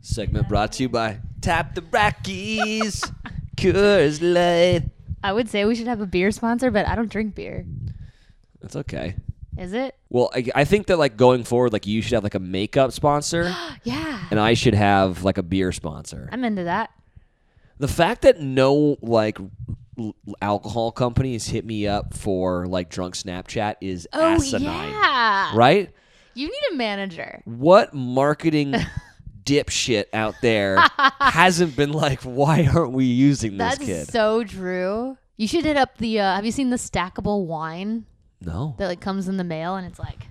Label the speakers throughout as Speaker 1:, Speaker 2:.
Speaker 1: segment brought to you by Tap the Rockies, Coors Light.
Speaker 2: I would say we should have a beer sponsor, but I don't drink beer.
Speaker 1: That's okay.
Speaker 2: Is it?
Speaker 1: Well, I, I think that like going forward, like you should have like a makeup sponsor,
Speaker 2: Yeah.
Speaker 1: and I should have like a beer sponsor.
Speaker 2: I'm into that.
Speaker 1: The fact that no like l- alcohol companies hit me up for like drunk Snapchat is
Speaker 2: Oh
Speaker 1: asinine,
Speaker 2: yeah.
Speaker 1: right?
Speaker 2: You need a manager.
Speaker 1: What marketing dipshit out there hasn't been like, why aren't we using this
Speaker 2: That's
Speaker 1: kid?
Speaker 2: so true. You should hit up the. Uh, have you seen the stackable wine
Speaker 1: no.
Speaker 2: that like comes in the mail and it's like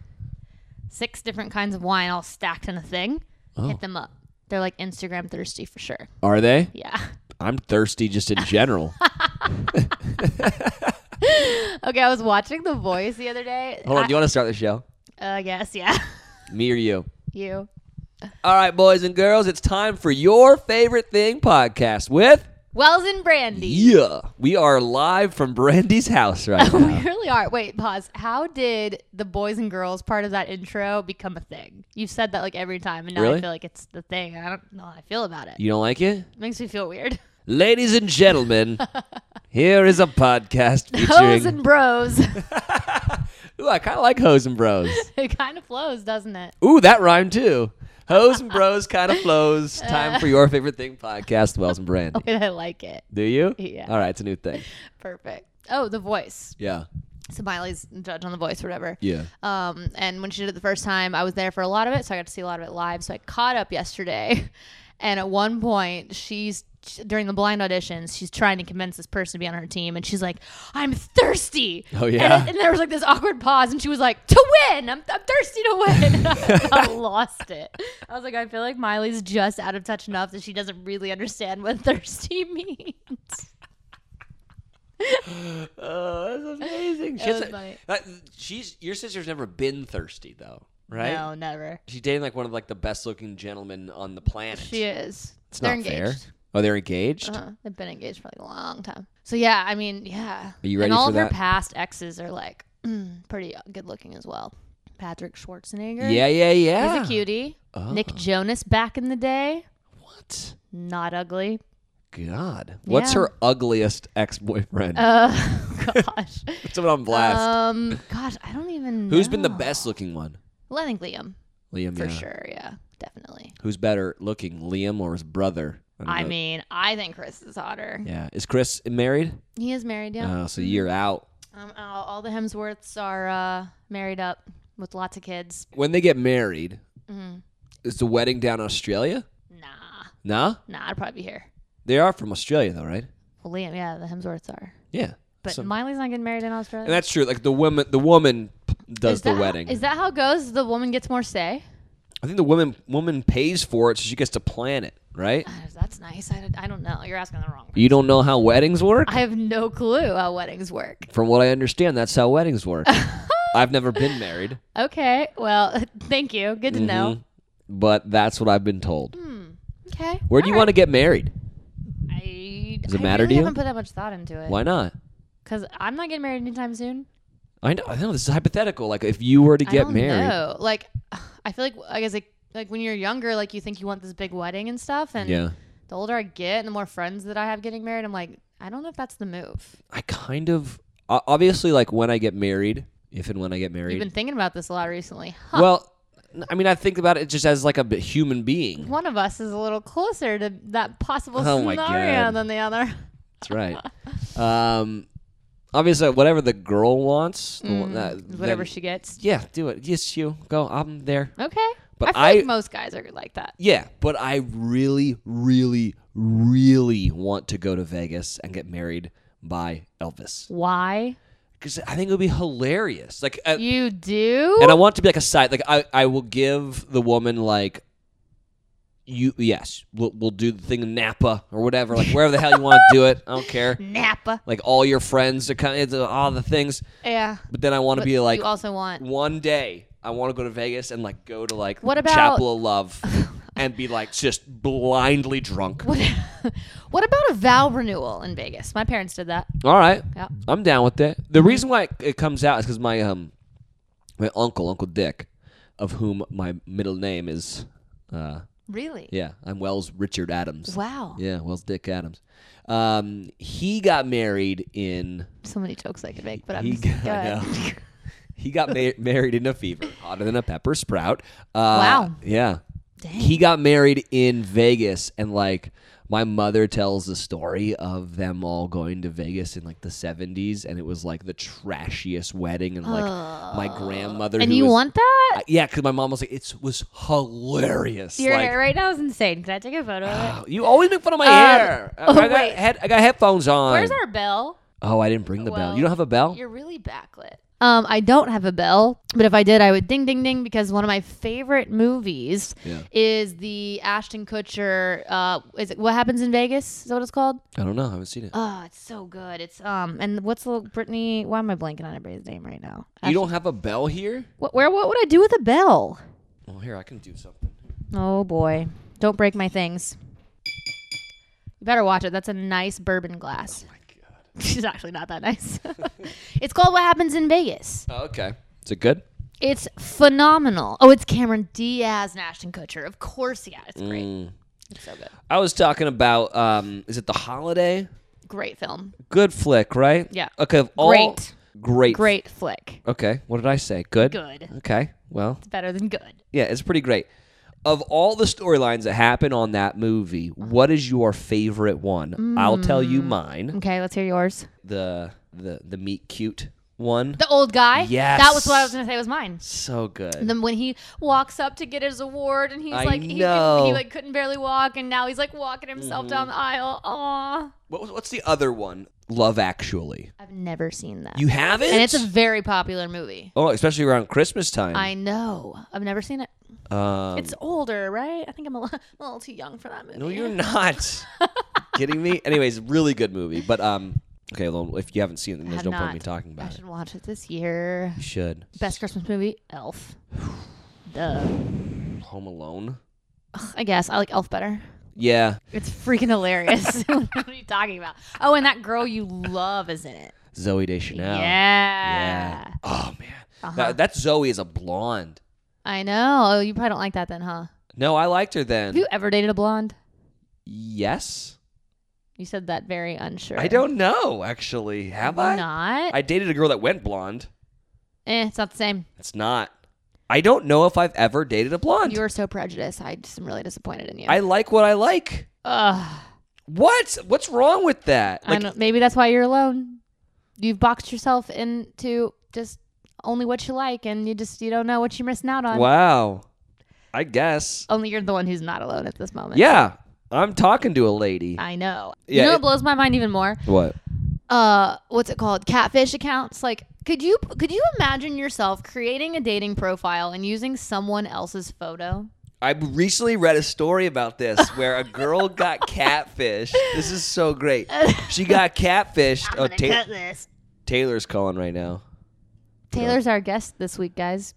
Speaker 2: six different kinds of wine all stacked in a thing?
Speaker 1: Oh.
Speaker 2: Hit them up. They're like Instagram thirsty for sure.
Speaker 1: Are they?
Speaker 2: Yeah.
Speaker 1: I'm thirsty just in general.
Speaker 2: Okay, I was watching The Voice the other day.
Speaker 1: Hold on,
Speaker 2: I,
Speaker 1: do you want to start the show?
Speaker 2: I guess yeah.
Speaker 1: Me or you?
Speaker 2: you
Speaker 1: All right, boys and girls, it's time for your favorite thing podcast with
Speaker 2: Wells and Brandy.
Speaker 1: Yeah. We are live from Brandy's house right
Speaker 2: We
Speaker 1: now.
Speaker 2: really are. Wait, pause. How did the boys and girls part of that intro become a thing? You've said that like every time, and now
Speaker 1: Really?
Speaker 2: I feel like it's the thing. and I don't know how I feel about it.
Speaker 1: you don't like it?
Speaker 2: Makes me feel weird.
Speaker 1: Ladies and gentlemen, here is a podcast
Speaker 2: Hoes
Speaker 1: featuring.
Speaker 2: and bros.
Speaker 1: Ooh, I kind of like Hoes and Bros.
Speaker 2: it kind of flows, doesn't it?
Speaker 1: Ooh, that rhymed too. Hoes and Bros kind of flows. Time for your favorite thing podcast, Wells and Brandy.
Speaker 2: And I like it.
Speaker 1: Do you?
Speaker 2: Yeah.
Speaker 1: All right, it's a new thing.
Speaker 2: Perfect. Oh, the voice.
Speaker 1: Yeah.
Speaker 2: So Miley's judge on the voice, or whatever.
Speaker 1: Yeah.
Speaker 2: Um, and when she did it the first time, I was there for a lot of it, so I got to see a lot of it live. So I caught up yesterday, and at one point, she's during the blind auditions, she's trying to convince this person to be on her team, and she's like, "I'm thirsty."
Speaker 1: Oh,
Speaker 2: And-
Speaker 1: yeah?
Speaker 2: And, there was like this awkward pause, and she was like, "To win, I'm, I'm thirsty to win." I lost it. I was like, I feel like Miley's just out of touch enough that she doesn't really understand what thirsty means.
Speaker 1: Oh, that's amazing. She
Speaker 2: That was
Speaker 1: hasn't-
Speaker 2: funny.
Speaker 1: that- she's your sister's never been thirsty though, right?
Speaker 2: No, never.
Speaker 1: She's dating like one of like the best looking gentlemen on the planet.
Speaker 2: She is.
Speaker 1: it's
Speaker 2: They're
Speaker 1: not
Speaker 2: engaged.
Speaker 1: fair. Oh, they're engaged.
Speaker 2: Uh-huh. They've been engaged for like a long time. So yeah, I mean, yeah.
Speaker 1: Are you ready
Speaker 2: and all
Speaker 1: for
Speaker 2: of her
Speaker 1: that?
Speaker 2: past exes are like pretty uh, good looking as well. Patrick Schwarzenegger.
Speaker 1: Yeah, yeah, yeah. Oh.
Speaker 2: He's a cutie. Nick Jonas back in the day.
Speaker 1: What?
Speaker 2: Not ugly.
Speaker 1: God. What's
Speaker 2: Yeah.
Speaker 1: her ugliest ex boyfriend?
Speaker 2: Uh, gosh.
Speaker 1: Put it on blast.
Speaker 2: um, gosh, I don't even know.
Speaker 1: Who's been the best looking one?
Speaker 2: Well, I think Liam.
Speaker 1: Liam.
Speaker 2: For
Speaker 1: yeah.
Speaker 2: sure. Yeah, definitely.
Speaker 1: Who's better looking, Liam or his brother? don't
Speaker 2: I
Speaker 1: know.
Speaker 2: mean, I think Chris is hotter.
Speaker 1: Yeah. Is Chris married?
Speaker 2: He is married, yeah.
Speaker 1: Oh, so you're out.
Speaker 2: Um, all, all the Hemsworths are uh, married up with lots of kids.
Speaker 1: When they get married,
Speaker 2: Mm-hmm.
Speaker 1: is the wedding down in Australia?
Speaker 2: Nah.
Speaker 1: Nah?
Speaker 2: Nah, I'd probably be here.
Speaker 1: They are from Australia though, right?
Speaker 2: Well, Liam, yeah, the Hemsworths are.
Speaker 1: Yeah.
Speaker 2: But
Speaker 1: So-
Speaker 2: Miley's not getting married in Australia.
Speaker 1: And that's true. Like the woman, the woman p- does
Speaker 2: Is
Speaker 1: the
Speaker 2: that-
Speaker 1: wedding.
Speaker 2: Is that how it goes? The woman gets more say?
Speaker 1: I think the woman woman pays for it, so she gets to plan it, right?
Speaker 2: Uh, That's nice. I, I don't know. You're asking the wrong person.
Speaker 1: You don't know how weddings work.
Speaker 2: I have no clue how weddings work.
Speaker 1: From what I understand, that's how weddings work. I've never been married,
Speaker 2: Okay. Well, thank you. Good to know.
Speaker 1: Mm-hmm. but that's what I've been told.
Speaker 2: Hmm, Okay.
Speaker 1: Mm-hmm. Where do you want to get married?
Speaker 2: I,
Speaker 1: Does it
Speaker 2: I
Speaker 1: matter to
Speaker 2: really
Speaker 1: you?
Speaker 2: haven't put that much thought into it.
Speaker 1: Why not?
Speaker 2: Because I'm not getting married anytime soon.
Speaker 1: I know, I know this is hypothetical. Like if you were to
Speaker 2: I
Speaker 1: get
Speaker 2: don't
Speaker 1: married,
Speaker 2: know. Like, I feel like, I guess, like, like when you're younger, like you think you want this big wedding and stuff. And
Speaker 1: yeah,
Speaker 2: the older I get and the more friends that I have getting married, I'm like, I don't know if that's the move.
Speaker 1: I kind of o- obviously like when I get married, if and when I get married.
Speaker 2: You've been thinking about this a lot recently. Huh.
Speaker 1: well, n- I mean, I think about it just as like a b- human being.
Speaker 2: One of us is a little closer to that possible
Speaker 1: Oh my
Speaker 2: scenario
Speaker 1: God.
Speaker 2: than the other.
Speaker 1: That's right. Um, obviously, whatever the girl wants, the one that,
Speaker 2: Mm, Hmm, Whatever
Speaker 1: then-
Speaker 2: she gets.
Speaker 1: Yeah, do it. Yes, you go. I'm there.
Speaker 2: Okay.
Speaker 1: But
Speaker 2: I feel
Speaker 1: I-
Speaker 2: like most guys are like that.
Speaker 1: Yeah, but I really, really, really want to go to Vegas and get married by Elvis
Speaker 2: Why?
Speaker 1: because I think it would be hilarious. Like, uh,
Speaker 2: You do?
Speaker 1: and I want to be like a side. Like, I, I will give the woman like. You yes, we'll, we'll do the thing in Napa or whatever, like wherever the hell you want to do it. I don't care.
Speaker 2: Napa.
Speaker 1: Like all your friends are kind of all the things.
Speaker 2: Yeah.
Speaker 1: But then I want to be like
Speaker 2: you also want.
Speaker 1: one day I want to go to Vegas and like go to like
Speaker 2: What about-
Speaker 1: Chapel of Love and be like just blindly drunk.
Speaker 2: What, what about a vow renewal in Vegas? My parents did that.
Speaker 1: All right,
Speaker 2: Yeah.
Speaker 1: I'm down with that. The reason why it, it comes out is because my um my uncle Uncle Dick, of whom my middle name is uh,
Speaker 2: Really?
Speaker 1: Yeah, I'm Wells Richard Adams.
Speaker 2: Wow.
Speaker 1: Yeah, Wells Dick Adams. Um, he got married in.
Speaker 2: So many jokes I could make, but I'm
Speaker 1: he
Speaker 2: just
Speaker 1: got,
Speaker 2: go ahead.
Speaker 1: I know. he got ma- married in a fever, hotter than a pepper sprout. Uh,
Speaker 2: Wow.
Speaker 1: Yeah.
Speaker 2: Dang.
Speaker 1: He got married in Vegas, and like my mother tells the story of them all going to Vegas in like the 70s, and it was like the trashiest wedding, and like my grandmother.
Speaker 2: and
Speaker 1: who
Speaker 2: you
Speaker 1: was-
Speaker 2: want that?
Speaker 1: I- yeah, because my mom was like, it was hilarious.
Speaker 3: Your
Speaker 1: like,
Speaker 3: hair right now is insane. Can I take a photo of it?
Speaker 1: You always make fun of my
Speaker 3: Um,
Speaker 1: hair. I-
Speaker 3: oh,
Speaker 1: I, got
Speaker 3: wait.
Speaker 1: head, I got headphones on.
Speaker 3: Where's our bell?
Speaker 1: oh, I didn't bring the bell.
Speaker 3: Well,
Speaker 1: You don't have a bell?
Speaker 3: You're really backlit.
Speaker 2: Oh. Um, I don't have a bell, but if I did, I would ding ding ding because one of my favorite movies
Speaker 1: Yeah.
Speaker 2: is the Ashton Kutcher. Uh, is it What Happens in Vegas? Is that what it's called?
Speaker 1: I don't know. I haven't seen it.
Speaker 2: Oh, it's so good. It's um, and what's the little Brittany? Why am I blanking on everybody's name right now?
Speaker 1: you don't have a bell here?
Speaker 2: What, Uh, where? What would I do with a bell?
Speaker 1: Well, here I can do something.
Speaker 2: Oh boy, don't break my things. You better watch it. That's a nice bourbon glass.
Speaker 1: Oh My God.
Speaker 2: She's actually not that nice. it's called What Happens in Vegas.
Speaker 1: Oh, okay. Is it good?
Speaker 2: It's phenomenal. Oh, it's Cameron Diaz and Ashton Kutcher. Of course, yeah, it's great.
Speaker 1: Mm.
Speaker 2: It's so good.
Speaker 1: I was talking about. Um, is it the holiday?
Speaker 2: Great film.
Speaker 1: Good flick, right?
Speaker 2: Yeah.
Speaker 1: Okay. Of all,
Speaker 2: Great.
Speaker 1: Great.
Speaker 2: Great flick.
Speaker 1: Okay. What did I say? Good.
Speaker 2: Good.
Speaker 1: Okay. Well,
Speaker 2: It's better than good.
Speaker 1: yeah, it's pretty great. Of all the storylines that happen on that movie, what is your favorite one? I'll tell
Speaker 3: Mm.
Speaker 1: you mine.
Speaker 2: Okay, let's hear yours.
Speaker 1: the the the meet cute one.
Speaker 2: The old guy.
Speaker 1: Yes.
Speaker 2: That was what I was gonna say was mine.
Speaker 1: so good.
Speaker 2: And then when he walks up to get his award, and he's
Speaker 1: I
Speaker 2: like, he,
Speaker 1: know. Mm-hmm.
Speaker 2: could, he like couldn't barely walk, and now he's like walking himself down the aisle. Aw.
Speaker 1: what was, what's the other one? Love Actually.
Speaker 2: I've never seen that.
Speaker 1: You haven't?
Speaker 2: and it's a very popular movie.
Speaker 1: oh, especially around Christmas time.
Speaker 2: I know. I've never seen it.
Speaker 1: Mm. um,
Speaker 2: It's older, right? I think I'm a li- a little too young for that movie.
Speaker 1: no, you're not. Kidding me? Anyways, really good movie. But um, okay, well, if you haven't seen it, then there's no
Speaker 2: have
Speaker 1: point in
Speaker 2: not.
Speaker 1: me talking about
Speaker 2: I
Speaker 1: it.
Speaker 2: should watch it this year.
Speaker 1: You should.
Speaker 2: Best Christmas movie, Elf. Duh.
Speaker 1: Home Alone.
Speaker 2: Ugh, I guess I like Elf better.
Speaker 1: Yeah,
Speaker 2: It's freaking hilarious. what are you talking about? Oh, and that girl you love is in it.
Speaker 1: Zoe Deschanel.
Speaker 2: Yeah.
Speaker 1: Yeah. Oh man,
Speaker 2: Uh-huh.
Speaker 1: that, that Zoe is a blonde.
Speaker 2: I know. Oh, you probably don't like that then, huh?
Speaker 1: No, I liked her then.
Speaker 2: Have you ever dated a blonde?
Speaker 1: yes.
Speaker 2: You said that very unsure.
Speaker 1: I don't know actually. Have I?
Speaker 2: Not.
Speaker 1: I dated a girl that went blonde.
Speaker 2: eh, it's not the same.
Speaker 1: It's not. I don't know if I've ever dated a blonde.
Speaker 2: You were so prejudiced. I just am really disappointed in you.
Speaker 1: I like what I like.
Speaker 2: Ugh.
Speaker 1: What? What's wrong with that?
Speaker 2: I
Speaker 1: Like,
Speaker 2: don't, maybe that's why you're alone. You've boxed yourself into just only what you like, and you just you don't know what you're missing out on.
Speaker 1: wow. I guess.
Speaker 2: Only you're the one who's not alone at this moment.
Speaker 1: Yeah, I'm talking to a lady.
Speaker 2: I know.
Speaker 1: Yeah,
Speaker 2: you know
Speaker 1: it-
Speaker 2: what blows my mind even more?
Speaker 1: What?
Speaker 2: Uh, what's it called? Catfish accounts. Like, could you could you imagine yourself creating a dating profile and using someone else's photo?
Speaker 1: I recently read a story about this where a girl got catfish. This is so great. She got catfished. oh, Ta-
Speaker 2: this.
Speaker 1: Taylor's calling right now.
Speaker 2: Taylor's our guest this week, guys.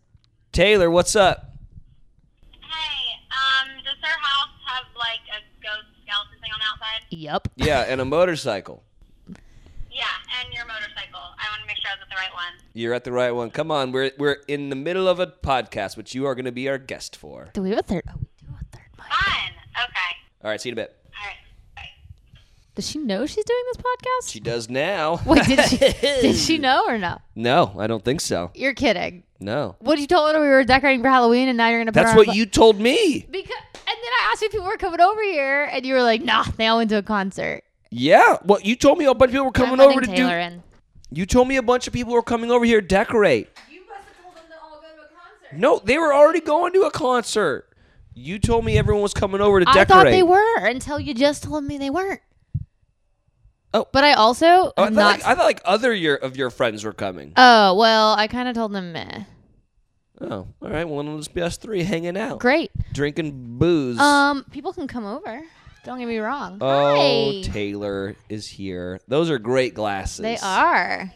Speaker 1: Taylor, what's up?
Speaker 4: Hey, um, does her house have like a ghost skeleton thing on the outside?
Speaker 2: Yep.
Speaker 1: Yeah, and a motorcycle.
Speaker 4: Yeah, and your motorcycle. I want to make sure I was at the right one.
Speaker 1: You're at the right one. Come on, we're we're in the middle of a podcast, which you are going to be our guest for.
Speaker 2: Do we have a third? Oh, we do have a third mic.
Speaker 4: Fun. Okay.
Speaker 1: All right, see you in a bit.
Speaker 4: All right. Bye.
Speaker 2: Does she know she's doing this podcast?
Speaker 1: She does now.
Speaker 2: Wait, did she did she know or no?
Speaker 1: No, I don't think so.
Speaker 2: You're kidding.
Speaker 1: No.
Speaker 2: What you told her we were decorating for Halloween, and now you're gonna. Put
Speaker 1: That's
Speaker 2: her on
Speaker 1: what
Speaker 2: bla-
Speaker 1: you told me.
Speaker 2: Because and then I asked you if people were coming over here, and you were like, "Nah, they all went to a concert."
Speaker 1: Yeah. Well, you told me a bunch of people were coming
Speaker 2: I'm letting
Speaker 1: over to
Speaker 2: Taylor in.
Speaker 1: do. You told me a bunch of people were coming over here to decorate. No, they were already going to a concert. You told me everyone was coming over to
Speaker 2: I
Speaker 1: decorate.
Speaker 2: thought they were until you just told me they weren't.
Speaker 1: Oh.
Speaker 2: but I also
Speaker 1: Oh, I, thought
Speaker 2: am not.
Speaker 1: like, I thought like other your of your friends were coming.
Speaker 2: oh well, I kind of told them. Meh.
Speaker 1: oh, all right. Well, it'll just be us three hanging out,
Speaker 2: Great.
Speaker 1: drinking booze.
Speaker 2: Um, people can come over. Don't get me wrong.
Speaker 1: oh,
Speaker 2: Hi.
Speaker 1: Taylor is here. Those are great glasses.
Speaker 2: they are.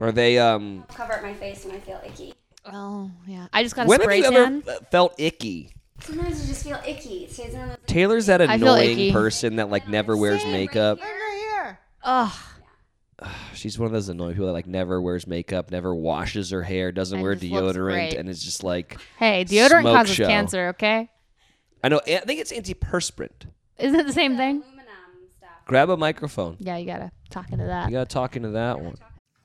Speaker 1: Are they um?
Speaker 5: cover up my face when I feel icky.
Speaker 2: Oh yeah, I just got a
Speaker 1: When have
Speaker 2: spray
Speaker 1: you
Speaker 2: tan.
Speaker 1: ever uh, felt icky?
Speaker 5: Sometimes you just feel icky. It's one of those-
Speaker 1: Taylor's that
Speaker 2: I feel
Speaker 1: annoying
Speaker 2: icky.
Speaker 1: person that like never wears makeup.
Speaker 2: Ugh.
Speaker 1: She's one of those annoying people that like never wears makeup, never washes her hair, doesn't
Speaker 2: And
Speaker 1: wear
Speaker 2: just looks
Speaker 1: deodorant,
Speaker 2: great.
Speaker 1: and it's just like
Speaker 2: Hey, deodorant
Speaker 1: Smoke
Speaker 2: causes
Speaker 1: show.
Speaker 2: cancer. Okay.
Speaker 1: I know. I think it's antiperspirant.
Speaker 6: Isn't it the same thing?
Speaker 5: aluminum stuff.
Speaker 1: Grab a microphone.
Speaker 6: Yeah, you gotta talk into that.
Speaker 1: You gotta talk into that one.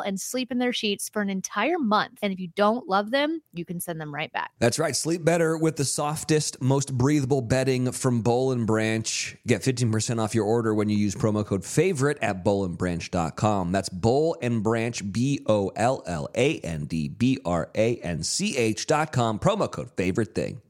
Speaker 6: and sleep in their sheets for an entire month. And if you don't love them, you can send them right back.
Speaker 7: That's right. Sleep better with the softest, most breathable bedding from Bowl and Branch. Get 15% off your order when you use promo code favorite at bowlandbranch.com. That's Bowl and Branch, B O L L A N D B R A N C H dot com. Promo code favorite thing.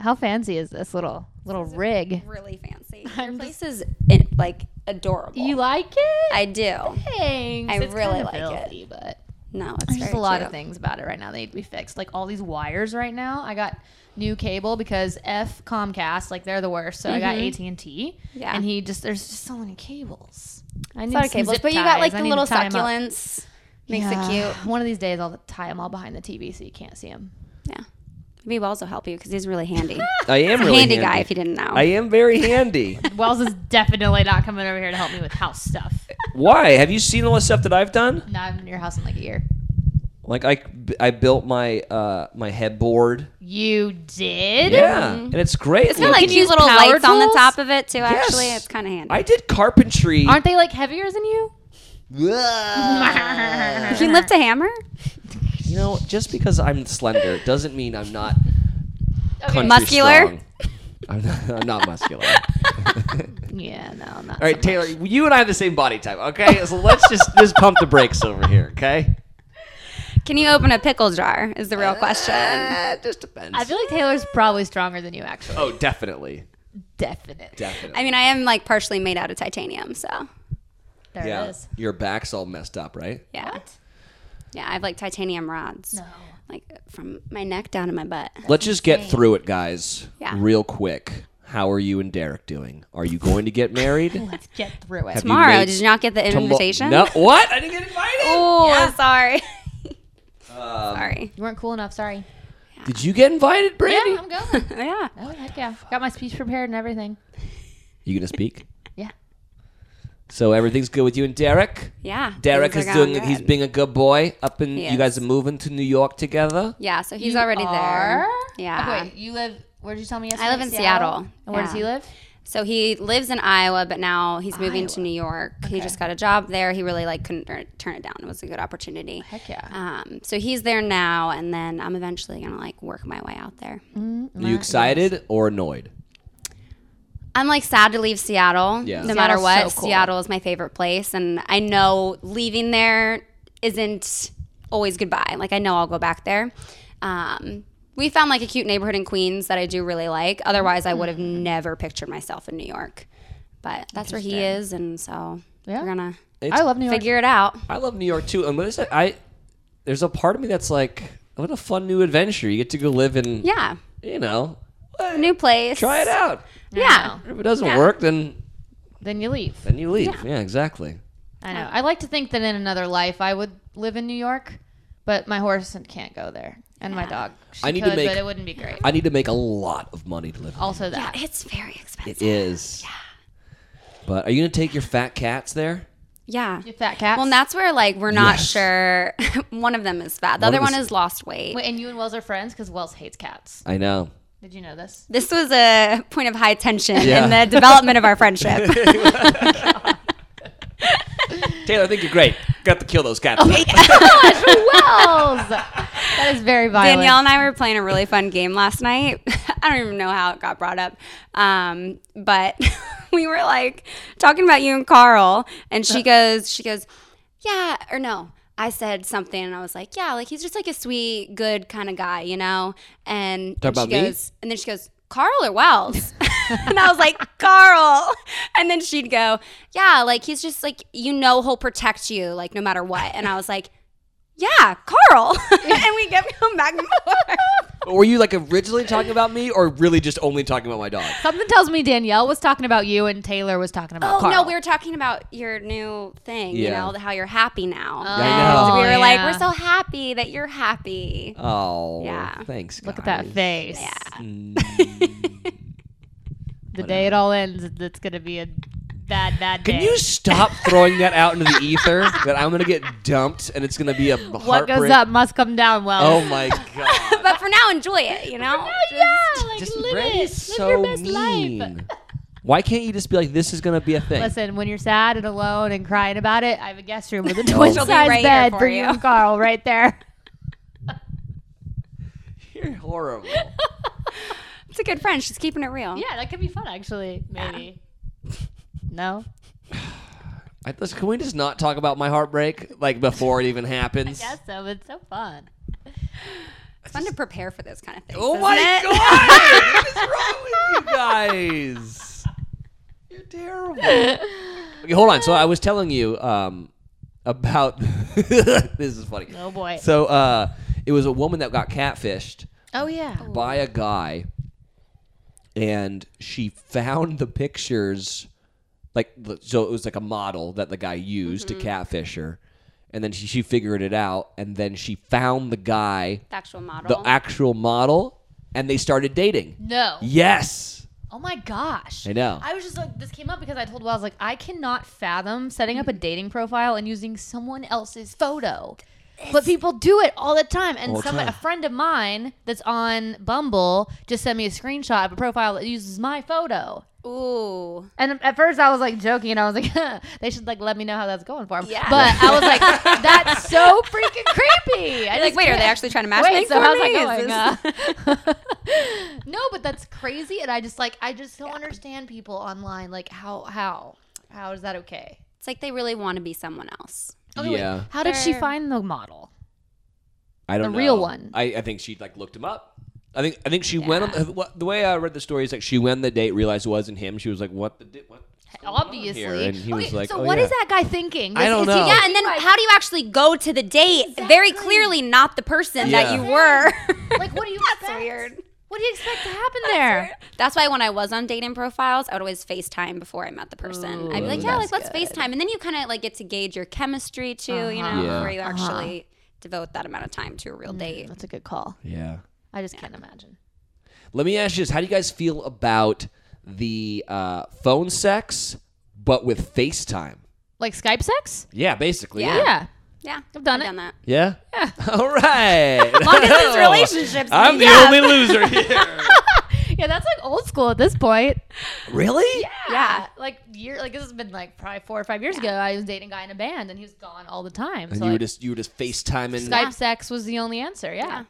Speaker 6: How fancy is this little little rig?
Speaker 5: Really fancy. Your place is in, like adorable.
Speaker 6: You like it?
Speaker 5: I do.
Speaker 6: Thanks.
Speaker 5: I really like it.
Speaker 6: it. But
Speaker 5: No, it's
Speaker 6: there's
Speaker 5: very
Speaker 6: just a lot
Speaker 5: cute.
Speaker 6: of things about it right now that need to be fixed. Like all these wires right now. I got new cable because F Comcast, like they're the worst. So I got AT and T.
Speaker 5: Yeah.
Speaker 6: And he just there's just so many cables. I
Speaker 5: It's a
Speaker 6: need
Speaker 5: lot of
Speaker 6: some
Speaker 5: cables,
Speaker 6: zip
Speaker 5: but you got
Speaker 6: ties.
Speaker 5: like
Speaker 6: I
Speaker 5: the
Speaker 6: need to
Speaker 5: little
Speaker 6: tie 'em up.
Speaker 5: succulents. Makes
Speaker 6: Yeah.
Speaker 5: it cute.
Speaker 6: One of these days, I'll tie them all behind the TV so you can't see them.
Speaker 5: Yeah. Maybe Wells will help you because he's really handy.
Speaker 1: I am
Speaker 5: He's a
Speaker 1: really
Speaker 5: handy, guy, if you didn't know.
Speaker 1: I am very handy.
Speaker 6: Wells is definitely not coming over here to help me with house stuff.
Speaker 1: Why? Have you seen all the stuff that I've done?
Speaker 6: Not in your house in like a year.
Speaker 1: Like I, I built my uh my headboard.
Speaker 6: You did?
Speaker 1: Yeah, and it's great.
Speaker 5: it's kind of like
Speaker 1: looking.
Speaker 5: these little
Speaker 6: power
Speaker 5: lights on the
Speaker 6: tools?
Speaker 5: top of it too.
Speaker 1: Yes.
Speaker 5: Actually, it's kind of handy.
Speaker 1: I did carpentry.
Speaker 6: Aren't they like heavier than you?
Speaker 5: you can lift a hammer.
Speaker 1: you know, just because I'm slender doesn't mean I'm not country
Speaker 5: Muscular?
Speaker 1: strong. I'm not, I'm not muscular.
Speaker 6: Yeah, no, not.
Speaker 1: All right, Taylor, you and I have the same body type, okay? So let's just just pump the brakes over here, okay?
Speaker 5: Can you open a pickle jar? Is the real question.
Speaker 1: That Uh, just depends.
Speaker 6: I feel like Taylor's probably stronger than you, actually.
Speaker 1: oh, definitely,
Speaker 6: Definitely.
Speaker 1: definitely.
Speaker 5: I mean, I am like partially made out of titanium, so
Speaker 6: There
Speaker 1: yeah,
Speaker 6: it is.
Speaker 1: your back's all messed up, right?
Speaker 5: yeah. Yeah, I have like titanium rods. Like from my neck down to my butt.
Speaker 1: Let's just get through it, guys.
Speaker 5: Yeah.
Speaker 1: Real quick. How are you and Derek doing? Are you going to get married? Have
Speaker 6: Let's get through it.
Speaker 1: you
Speaker 5: Tomorrow,
Speaker 1: made
Speaker 5: did you not get the
Speaker 1: tomo-
Speaker 5: invitation?
Speaker 1: No. What? I didn't get invited.
Speaker 5: Oh, sorry.
Speaker 1: Um,
Speaker 5: sorry.
Speaker 6: You weren't cool enough. Sorry.
Speaker 1: Did you get invited, Brandy?
Speaker 6: Yeah, I'm going.
Speaker 5: Yeah.
Speaker 6: oh, heck yeah. Got my speech prepared and everything.
Speaker 1: You gonna speak?
Speaker 6: Yeah.
Speaker 1: So everything's good with you and Derek.
Speaker 5: Yeah.
Speaker 1: Derek is
Speaker 5: things are
Speaker 1: doing.
Speaker 5: going
Speaker 1: He's
Speaker 5: good.
Speaker 1: being a good boy. Up in.
Speaker 5: He
Speaker 1: You guys
Speaker 5: is.
Speaker 1: are moving to New York together.
Speaker 5: Yeah, so he's
Speaker 6: You
Speaker 5: already there.
Speaker 6: are?
Speaker 5: Yeah.
Speaker 6: Oh, wait, you live. Where did you tell me yesterday?
Speaker 5: I live in Seattle.
Speaker 6: And where does
Speaker 5: Yeah.
Speaker 6: he live?
Speaker 5: So he lives in Iowa, but now he's moving to New York. He just got a job there. He really like couldn't turn- turn it down. It was a good opportunity.
Speaker 6: Heck yeah.
Speaker 5: Um, so he's there now, and then I'm eventually gonna like work my way out there.
Speaker 1: Are you excited or annoyed?
Speaker 5: I'm like sad to leave Seattle.
Speaker 1: Yeah.
Speaker 5: No matter
Speaker 6: Seattle's
Speaker 5: what,
Speaker 6: so cool.
Speaker 5: Seattle is my favorite place, and I know leaving there isn't always goodbye. Like I know I'll go back there. Um, we found like a cute neighborhood in Queens that I do really like. Otherwise, I would have
Speaker 6: Hmm.
Speaker 5: never pictured myself in New York. But that's where he is, and so
Speaker 6: Yeah.
Speaker 5: we're gonna
Speaker 1: It's-
Speaker 6: I love New York.
Speaker 5: figure it out.
Speaker 1: I love New York too. And there's a, I, there's a part of me that's like, what a fun new adventure. You get to go live in.
Speaker 5: Yeah,
Speaker 1: You know,
Speaker 5: new place.
Speaker 1: try it out.
Speaker 5: Yeah,
Speaker 1: If it doesn't work, then
Speaker 6: Then you leave.
Speaker 1: then you leave. Yeah, exactly.
Speaker 6: I know. I like to think that in another life I would live in New York, but my horse can't go there, and my dog. She
Speaker 1: I need to
Speaker 6: could,
Speaker 1: make-
Speaker 6: but it wouldn't be great.
Speaker 1: I need to make a lot of money to live. in.
Speaker 6: also, that
Speaker 5: it's very
Speaker 1: It
Speaker 5: expensive.
Speaker 1: is. But are you gonna take your fat cats there?
Speaker 5: Yeah.
Speaker 6: fat cat.
Speaker 5: Well, and that's where like we're not
Speaker 1: Yes.
Speaker 5: sure. one of them is fat. The other
Speaker 1: of
Speaker 5: one
Speaker 1: us-
Speaker 5: is lost weight.
Speaker 6: Wait, and you and Wells are friends because Wells hates cats.
Speaker 1: I know.
Speaker 6: Did you know this?
Speaker 5: This was a point of high tension
Speaker 1: Yeah.
Speaker 5: in the development of our friendship.
Speaker 1: Taylor, I think you're great. Got to kill those cats.
Speaker 6: Wells, that is very violent.
Speaker 5: Danielle and I were playing a really fun game last night. I don't even know how it got brought up, um, but we were like talking about you and Carl, and she goes, she goes, yeah, or no. I said something, and I was like, yeah, like he's just like a sweet, good kind of guy, you know. And
Speaker 1: Talk
Speaker 5: she
Speaker 1: about me?
Speaker 5: goes, and then she goes, Carl or Wells. and I was like, Carl. And then she'd go, yeah, like he's just like you know he'll protect you like no matter what. And I was like. Yeah, Carl. and we kept going back and forth.
Speaker 1: Were you like originally talking about me, or really just only talking about my dog?
Speaker 6: Something tells me Danielle was talking about you and Taylor was talking about
Speaker 5: Oh
Speaker 6: Carl.
Speaker 5: no, we were talking about your new thing.
Speaker 1: Yeah.
Speaker 5: You know how you're happy now.
Speaker 1: I
Speaker 5: And
Speaker 6: know.
Speaker 5: we were
Speaker 6: Oh,
Speaker 5: like,
Speaker 6: yeah.
Speaker 5: we're so happy that you're happy.
Speaker 1: Oh,
Speaker 5: Yeah.
Speaker 1: Thanks.
Speaker 6: Look at that
Speaker 1: guys.
Speaker 6: face.
Speaker 1: Mm.
Speaker 6: The day it all ends, it's gonna be a bad, bad day.
Speaker 1: Can you stop throwing that out into the ether? that I'm gonna get dumped, and it's gonna be a heartbreak.
Speaker 6: what goes up must come down. Well,
Speaker 1: Oh my god.
Speaker 5: But for now, enjoy it. You know.
Speaker 6: Oh, yeah, like
Speaker 1: Just
Speaker 6: live
Speaker 1: Ray
Speaker 6: it,
Speaker 1: is
Speaker 6: live your
Speaker 1: so
Speaker 6: best life.
Speaker 1: mean. Why can't you just be like, this is gonna be a thing?
Speaker 6: Listen, when you're sad and alone and crying about it, I have a guest room with a twin size
Speaker 5: right here
Speaker 6: bed
Speaker 5: for
Speaker 6: for, you
Speaker 5: you.
Speaker 6: and Carl right there.
Speaker 1: You're horrible.
Speaker 5: It's a good friend. She's keeping it real.
Speaker 6: Yeah, that could be fun actually. Maybe. No.
Speaker 1: I, listen, can we just not talk about my heartbreak like before it even happens?
Speaker 6: Guess so. but It's so fun.
Speaker 5: It's fun to prepare for those kind of things.
Speaker 1: Oh
Speaker 5: isn't
Speaker 1: my
Speaker 5: it?
Speaker 1: god! what is wrong with you guys? You're terrible. Okay, hold on. So I was telling you um, about this is funny.
Speaker 6: Oh boy.
Speaker 1: So uh, it was a woman that got catfished
Speaker 6: Oh yeah.
Speaker 1: by a guy, and she found the pictures. Like the- so, it was like a model that the guy used
Speaker 6: Mm-hmm.
Speaker 1: to catfish her, and then she, she figured it out, and then she found the guy,
Speaker 5: The actual model.
Speaker 1: the actual model, and they started dating.
Speaker 6: No.
Speaker 1: Yes,
Speaker 6: Oh my gosh.
Speaker 1: I know.
Speaker 6: I was just like, this came up because I told Wells, like, I cannot fathom setting up a dating profile and using someone else's photo. But people do it all the time. And
Speaker 1: All the
Speaker 6: somebody,
Speaker 1: time.
Speaker 6: a friend of mine that's on Bumble just sent me a screenshot of a profile that uses my photo.
Speaker 5: Ooh.
Speaker 6: And at first I was like joking and I was like, they should like let me know how that's going for 'em."
Speaker 5: Yeah.
Speaker 6: But I was like, that's so freaking creepy. I
Speaker 5: Like,
Speaker 6: just
Speaker 5: wait, are
Speaker 6: can't-
Speaker 5: they actually trying to match
Speaker 6: Wait,
Speaker 5: make
Speaker 6: so
Speaker 5: for
Speaker 6: how's
Speaker 5: me?
Speaker 6: that
Speaker 5: Is this-
Speaker 6: going? Uh, no, but that's crazy, and I just like I just don't understand people online. Like how how how is that okay?
Speaker 5: It's like they really want to be someone else.
Speaker 1: yeah.
Speaker 6: How did she
Speaker 5: Sure.
Speaker 6: find the model?
Speaker 1: I don't
Speaker 6: The
Speaker 1: know.
Speaker 6: real one.
Speaker 1: I, I think she like looked him up. I think I think she went on the, what- the way I read the story is like she went on the date realized it wasn't him. She was like, "What the di- what?"
Speaker 6: Obviously,
Speaker 1: here? And he was like,
Speaker 6: so
Speaker 1: oh,
Speaker 6: what is
Speaker 1: yeah.
Speaker 6: that guy thinking?
Speaker 1: I don't
Speaker 6: is he-
Speaker 1: know.
Speaker 5: Yeah, and then how do you actually go to the date? Very clearly, not the person
Speaker 1: Yeah.
Speaker 5: that you were.
Speaker 6: like, what do you
Speaker 5: That's
Speaker 6: expect?
Speaker 5: weird.
Speaker 6: What do you expect to happen there?
Speaker 5: That's why when I was on dating profiles, I would always FaceTime before I met the person. I'd be like, yeah, like let's FaceTime. And then you kind of like get to gauge your chemistry too, you know,
Speaker 1: Yeah.
Speaker 5: before you actually
Speaker 6: Uh-huh.
Speaker 5: devote that amount of time to a
Speaker 6: Mm.
Speaker 5: real date.
Speaker 6: That's a good call.
Speaker 1: Yeah.
Speaker 6: I just can't imagine.
Speaker 1: Let me ask you this: How do you guys feel about the uh, phone sex, but with FaceTime?
Speaker 6: Like Skype sex?
Speaker 1: Yeah, basically.
Speaker 5: Yeah.
Speaker 6: Yeah.
Speaker 5: Yeah.
Speaker 6: I've done it.
Speaker 5: that.
Speaker 1: Yeah. All right.
Speaker 5: Long as it's relationships.
Speaker 1: I'm the
Speaker 5: yeah.
Speaker 1: only loser here.
Speaker 6: Yeah, that's like old school at this point.
Speaker 1: really? Yeah.
Speaker 5: Yeah.
Speaker 6: Like year like this has been like probably four or five years ago. I was dating a guy in a band and he was gone all the time.
Speaker 1: And
Speaker 6: so
Speaker 1: you were
Speaker 6: like,
Speaker 1: just you were just FaceTiming.
Speaker 6: Skype sex was the only answer, yeah.
Speaker 5: Yeah.